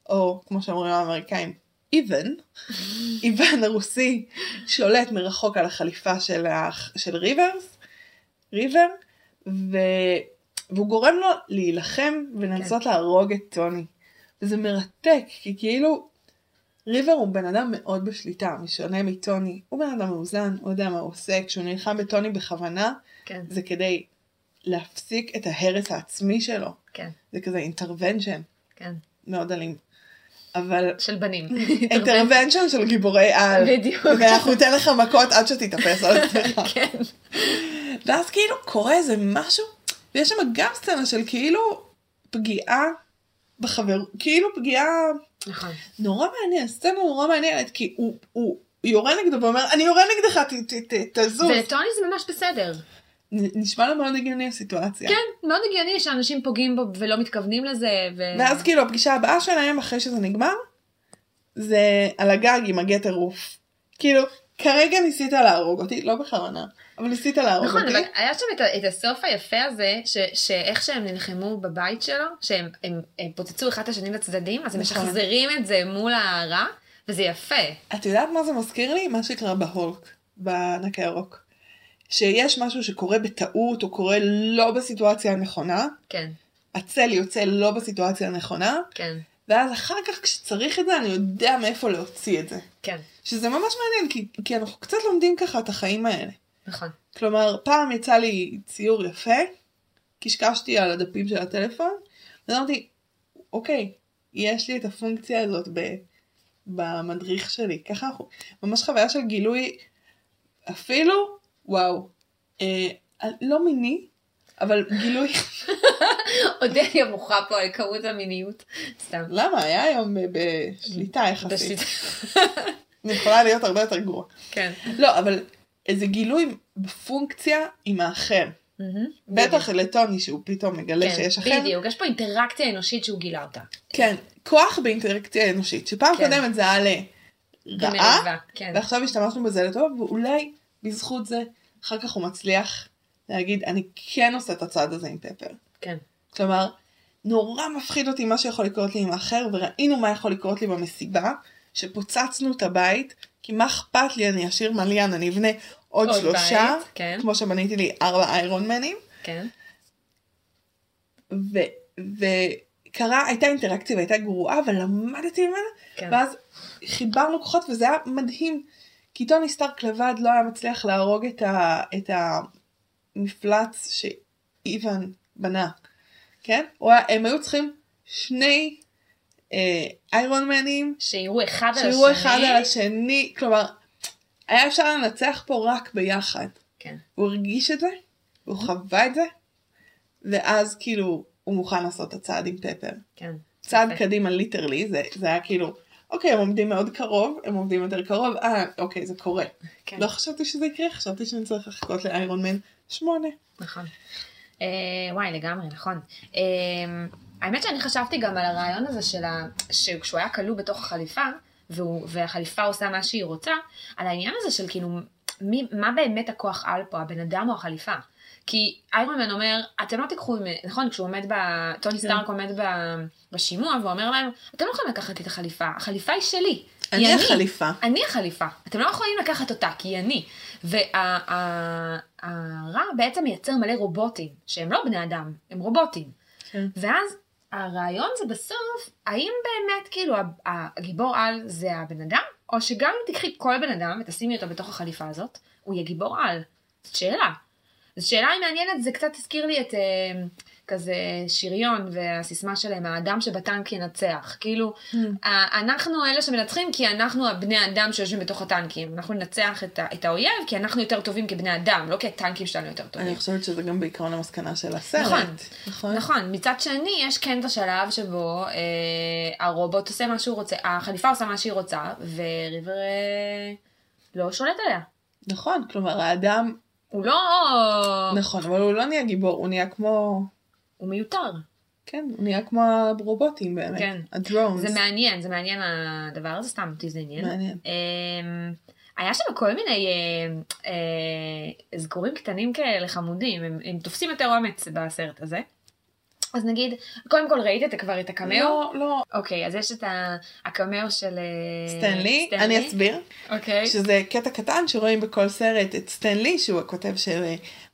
או כמו שאומרים האמריקאים, איוון, איוון הרוסי שולט מרחוק על החליפה של, האח- של ריברס, ריבר, ו... והוא גורם לו להילחם ולנסות כן. להרוג את טוני. וזה מרתק, כי כאילו ריבר הוא בן אדם מאוד בשליטה, משונה מטוני. הוא בן אדם מאוזן, הוא יודע מה הוא עושה, כשהוא נלחם בטוני בכוונה, כן. זה כדי להפסיק את ההרס העצמי שלו. כן. זה כזה אינטרוונשן, כן. מאוד אלים. אבל של בנים. אינטרוונשן של גיבורי על. בדיוק. ואנחנו ניתן לך מכות עד שתתאפס על עצמך. כן. ואז כאילו קורה איזה משהו, ויש שם גם סצנה של כאילו פגיעה בחבר, כאילו פגיעה נכון. נורא מעניין, סצנה נורא מעניינת, כי הוא, הוא יורה נגדו ואומר, אני יורה נגדך, ת, ת, ת, תזוז. ולטוני זה ממש בסדר. נ- נשמע לו מאוד הגיוני הסיטואציה. כן, מאוד הגיוני שאנשים פוגעים בו ולא מתכוונים לזה. ו... ואז כאילו הפגישה הבאה שלהם, אחרי שזה נגמר, זה על הגג עם הגט-ערוף. כאילו, כרגע ניסית להרוג אותי, לא בכוונה, אבל ניסית להרוג נכון, אותי. אבל היה שם את, ה- את הסוף היפה הזה, ש, שאיך שהם נלחמו בבית שלו, שהם הם, הם פוצצו אחד את השני לצדדים, אז הם נכון. משחזרים את זה מול הרע, וזה יפה. את יודעת מה זה מזכיר לי? מה שקרה בהולק, בענק הירוק. שיש משהו שקורה בטעות, או קורה לא בסיטואציה הנכונה, כן, הצל יוצא לא בסיטואציה הנכונה, כן, ואז אחר כך כשצריך את זה, אני יודע מאיפה להוציא את זה. כן, שזה ממש מעניין, כי, כי אנחנו קצת לומדים ככה את החיים האלה. נכון. כלומר, פעם יצא לי ציור יפה, קשקשתי על הדפים של הטלפון, ואמרתי, אוקיי, יש לי את הפונקציה הזאת ב- במדריך שלי. ככה אנחנו, ממש חוויה של גילוי, אפילו, וואו, אה, לא מיני, אבל גילוי, אודליה מוחה פה על כמות המיניות. סתם. למה, היה היום ב- בשליטה יחסית. בשיט- אני יכולה להיות הרבה יותר גרועה. כן. לא, אבל איזה גילוי בפונקציה עם האחר. מהמם. בטח לטוני שהוא פתאום מגלה כן, שיש אחר. בדיוק, יש פה אינטראקציה אנושית שהוא גילה אותה. כן, כוח באינטראקציה אנושית, שפעם כן. קודמת זה היה לרעה, ומריבה, כן. ועכשיו השתמשנו בזה לטוב, ואולי בזכות זה, אחר כך הוא מצליח להגיד, אני כן עושה את הצעד הזה עם פפר. כן. כלומר, נורא מפחיד אותי מה שיכול לקרות לי עם האחר, וראינו מה יכול לקרות לי במסיבה, שפוצצנו את הבית, כי מה אכפת לי, אני אשאיר מליין, אני אבנה עוד, עוד שלושה, בית, כן. כמו שבניתי לי ארבע איירון מנים, כן. ו- וקרה, הייתה אינטראקציה והייתה גרועה, אבל למדתי ממנה, כן. ואז חיברנו כוחות וזה היה מדהים. כי טוני סטארק לבד לא היה מצליח להרוג את, ה, את המפלץ שאיוון בנה, כן? הוא היה, הם היו צריכים שני אה, איירון מנים, שיראו אחד על השני. שיהיו אחד על השני, כלומר, היה אפשר לנצח פה רק ביחד. כן. הוא הרגיש את זה, הוא חווה את זה, ואז כאילו הוא מוכן לעשות את הצעד עם פפר. כן. צעד יפה. קדימה ליטרלי, זה, זה היה כאילו, אוקיי, הם עומדים מאוד קרוב, הם עומדים יותר קרוב, אה, אוקיי, זה קורה. כן. לא חשבתי שזה יקרה, חשבתי שאני צריך לחכות לאיירון מן שמונה. נכון. אה, וואי, לגמרי, נכון. אה, האמת שאני חשבתי גם על הרעיון הזה של ה... שכשהוא היה כלוא בתוך החליפה, והוא... והחליפה עושה מה שהיא רוצה, על העניין הזה של כאילו, מי... מה באמת הכוח על פה, הבן אדם או החליפה? כי איירון מן אומר, אתם לא תיקחו, ממני", נכון, כשהוא עומד ב... טוני כן. סטארק עומד ב... בשימוע ואומר להם, אתם לא יכולים לקחת לי את החליפה, החליפה היא שלי. אני היא החליפה. אני החליפה. אתם לא יכולים לקחת אותה, כי היא אני. והרע בעצם מייצר מלא רובוטים, שהם לא בני אדם, הם רובוטים. כן. ואז הרעיון זה בסוף, האם באמת כאילו הב- הגיבור על זה הבן אדם, או שגם אם תקחי כל בן אדם ותשימי אותו בתוך החליפה הזאת, הוא יהיה גיבור על. זאת שאלה. זו שאלה היא מעניינת, זה קצת הזכיר לי את אה, כזה שריון והסיסמה שלהם, האדם שבטנק ינצח. כאילו, אה, אנחנו אלה שמנצחים כי אנחנו הבני אדם שיושבים בתוך הטנקים. אנחנו ננצח את, ה- את האויב כי אנחנו יותר טובים כבני אדם, לא כי הטנקים שלנו יותר טובים. אני חושבת שזה גם בעיקרון המסקנה של הסרט. נכון. נכון. נכון, מצד שני יש כן את השלב שבו אה, הרובוט עושה מה שהוא רוצה, החליפה עושה מה שהיא רוצה, וריבר אה, לא שולט עליה. נכון, כלומר האדם, הוא לא... נכון, אבל הוא לא נהיה גיבור, הוא נהיה כמו, הוא מיותר. כן, הוא נהיה כמו הרובוטים באמת. כן. הדרונס. לא, זה מעניין, זה מעניין הדבר הזה, סתם אותי זה עניין. מעניין. אמ, היה שם כל מיני אה, אה, אזכורים קטנים כאלה חמודים, הם, הם תופסים יותר אומץ בסרט הזה. אז נגיד, קודם כל ראית את, כבר את הקמאו? לא, לא. אוקיי, אז יש את ה- הקמאו של אה, סטנלי, אני אסביר, אוקיי. שזה קטע קטן שרואים בכל סרט את סטנלי, שהוא הכותב של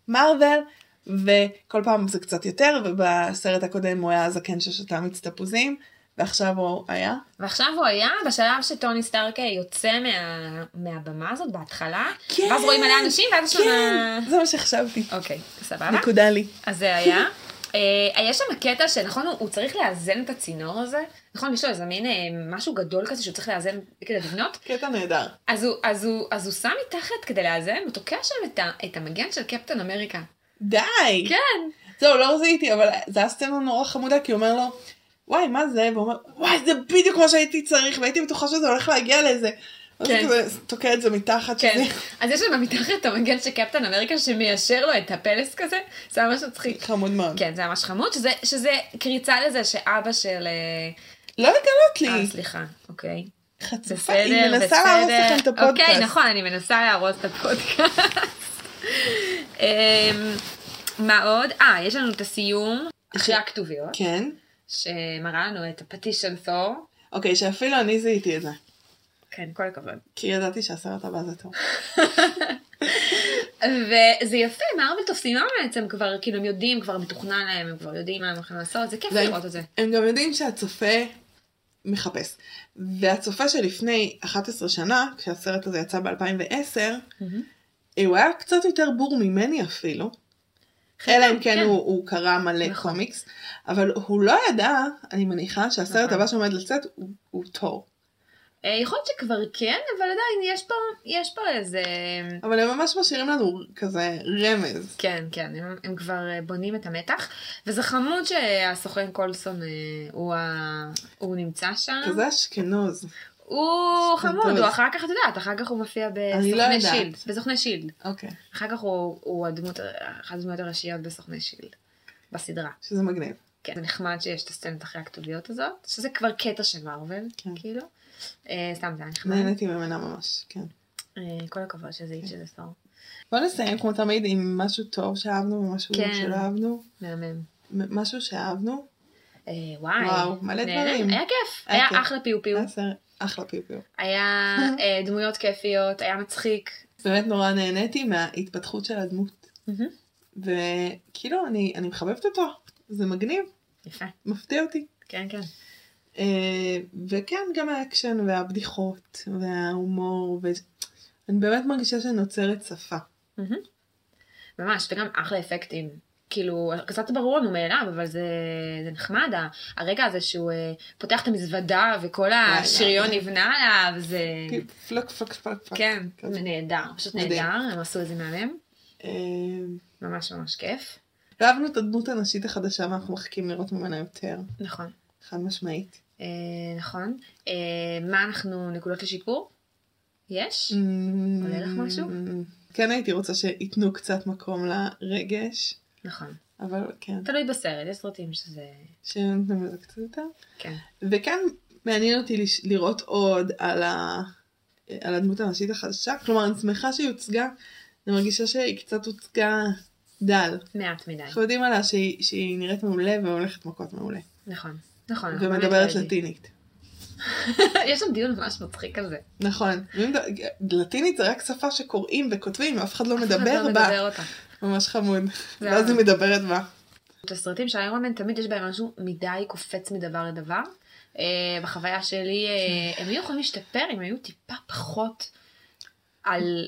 מרוויל, וכל פעם זה קצת יותר, ובסרט הקודם הוא היה הזקן ששתה מיץ תפוזים, ועכשיו הוא היה. ועכשיו הוא היה בשלב שטוני סטארק אה, יוצא מה, מהבמה הזאת בהתחלה, כן, ואז רואים מלא אנשים, ואז יש שם... כן, זה מה שחשבתי. אוקיי, סבבה. נקודה לי. אז זה היה. אה, היה שם קטע שנכון, הוא, הוא צריך לאזן את הצינור הזה, נכון? יש לו איזה מין אה, משהו גדול כזה שהוא צריך לאזן כדי לבנות, קטע נהדר. אז הוא, אז הוא, אז הוא שם מתחת כדי לאזן, הוא תוקע שם את, ה, את המגן של קפטן אמריקה. די! כן. זהו, לא זיהיתי, אבל זה היה סצנה נורא חמודה, כי הוא אומר לו, וואי, מה זה? והוא אומר, וואי, זה בדיוק מה שהייתי צריך, והייתי בטוחה שזה הולך להגיע לאיזה... כן. כן. תוקע את זה מתחת. כן, שזה- אז יש שם מתחת את המגן של קפטן אמריקה שמיישר לו את הפלס כזה, זה ממש מצחיק. חמוד מאוד. כן, זה ממש חמוד, שזה, שזה קריצה לזה שאבא של... אה, לא לגלות אה, לי. סליחה, אוקיי. חצופה, בסדר, היא מנסה בסדר. להרוס לכם את הפודקאסט. אוקיי, נכון, אני מנסה להרוס את הפודקאסט. אמ, מה עוד? אה, יש לנו את הסיום, אחרי הכתוביות, כן. שמראה לנו את הפטיש של תור. אוקיי, שאפילו אני זיהיתי את זה. כן, כל הכבוד. כי ידעתי שהסרט הבא זה טוב. וזה יפה, מארוול תופסים אומץ, הם כבר, כאילו, הם יודעים, כבר מתוכנן להם, הם כבר יודעים מה הם הולכים לעשות, זה כיף זה- לראות את זה. הם גם יודעים שהצופה מחפש. והצופה שלפני 11 שנה, כשהסרט הזה יצא ב-2010, הוא היה קצת יותר בור ממני אפילו. אלא אם כן הוא, הוא קרא מלא נכון. קומיקס, אבל הוא לא ידע, אני מניחה, שהסרט נכון. הבא שעומד לצאת הוא, הוא תור. אה, יכול להיות שכבר כן, אבל עדיין יש פה, יש פה איזה... אבל הם ממש משאירים לנו כזה רמז. כן, כן, הם, הם כבר אה, בונים את המתח, וזה חמוד שהסוכן קולסון, אה, הוא, ה... הוא נמצא שם. כזה אשכנוז. הוא סוכן חמוד, הוא טוב. אחר כך, את יודעת, אחר כך הוא מופיע אני לא בסוכני יודעת. שילד. בסוכני שילד. אוקיי. אחר כך הוא, הוא הדמות, אחת הדמויות הראשיות בסוכני שילד, בסדרה. שזה מגניב. כן, זה נחמד שיש את הסצנת אחרי הכתוביות הזאת, שזה כבר קטע של מארוול, כן. כאילו. אה, סתם, זה היה נחמד. נהניתי ממנה ממש, כן. אה, כל הכבוד שזה איש שזה סור. בוא נסיים כמו תמיד עם משהו טוב שאהבנו ומשהו כן. שלא אהבנו. מהמם. מ- משהו שאהבנו. אה, וואי. וואו, מלא נהנה. דברים. היה כיף. היה היה כיף. אחלה פיו פיו. היה סרט אחלה פיו פיו. היה אה, דמויות כיפיות, היה מצחיק. באמת נורא נהניתי מההתפתחות של הדמות. וכאילו אני, אני מחבבת אותו. זה מגניב, יפה, מפתיע אותי. כן, כן. אה, וכן, גם האקשן והבדיחות וההומור, ואני באמת מרגישה שנוצרת שפה. ממש, וגם אחלה אפקטים. כאילו, קצת ברור לנו מאליו, אבל זה, זה נחמד, ה- הרגע הזה שהוא אה, פותח את המזוודה וכל השריון נבנה עליו, זה... כאילו, פלק פלק פלק פלק. כן, כזה. נהדר, פשוט מדהים. נהדר, הם עשו את זה מהמם, אה, ממש ממש כיף. אהבנו את הדמות הנשית החדשה ואנחנו מחכים לראות ממנה יותר, נכון, חד משמעית. אה, נכון. אה, מה אנחנו, נקודות לשיפור? יש? עולה לך משהו? כן הייתי רוצה שייתנו קצת מקום לרגש, נכון. אבל כן, תלוי בסרט, יש סרטים שזה... שנותנים לזה קצת יותר. כן. וכאן מעניין אותי לש- לראות עוד על, ה... על הדמות הנשית החדשה, כלומר אני שמחה שהיא הוצגה, אני מרגישה שהיא קצת הוצגה דל. מעט מדי. אנחנו יודעים עליה שהיא, שהיא נראית מעולה והולכת מכות מעולה. נכון. נכון. אנחנו באמת ומדברת לא יודעים. לטינית. יש שם דיון ממש מצחיק על זה. נכון. ואם ד- לטינית זה רק שפה שקוראים וכותבים, אף אחד לא אף אחד מדבר לא בה. מדבר אותה. ממש חמוד. ואז היא מדברת בה. את הסרטים של איירון מן תמיד יש בהם משהו מדי קופץ מדבר לדבר. אה, בחוויה שלי אה, הם היו יכולים להשתפר אם היו טיפה פחות על...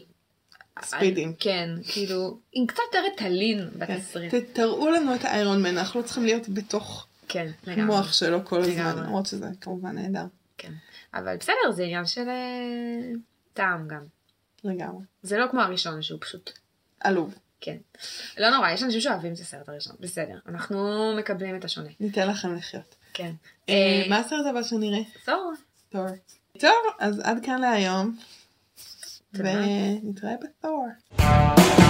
ספידים. על- כן, כאילו, עם קצת יותר ריטלין כן. בתסריט. ת- תראו לנו את האיירון מן, אנחנו לא צריכים להיות בתוך כן, לגמרי. המוח שלו כל הזמן, לגמרי. למרות שזה כמובן נהדר. כן. אבל בסדר, זה עניין של אה, טעם גם. לגמרי. זה לא כמו הראשון שהוא פשוט עלוב. כן. לא נורא, יש אנשים שאוהבים את הסרט הראשון, בסדר. אנחנו מקבלים את השונה. ניתן לכם לחיות. כן. אה, מה הסרט הבא שנראה? טוב, תור. טוב, אז עד כאן להיום, תודה. ונתראה בתור.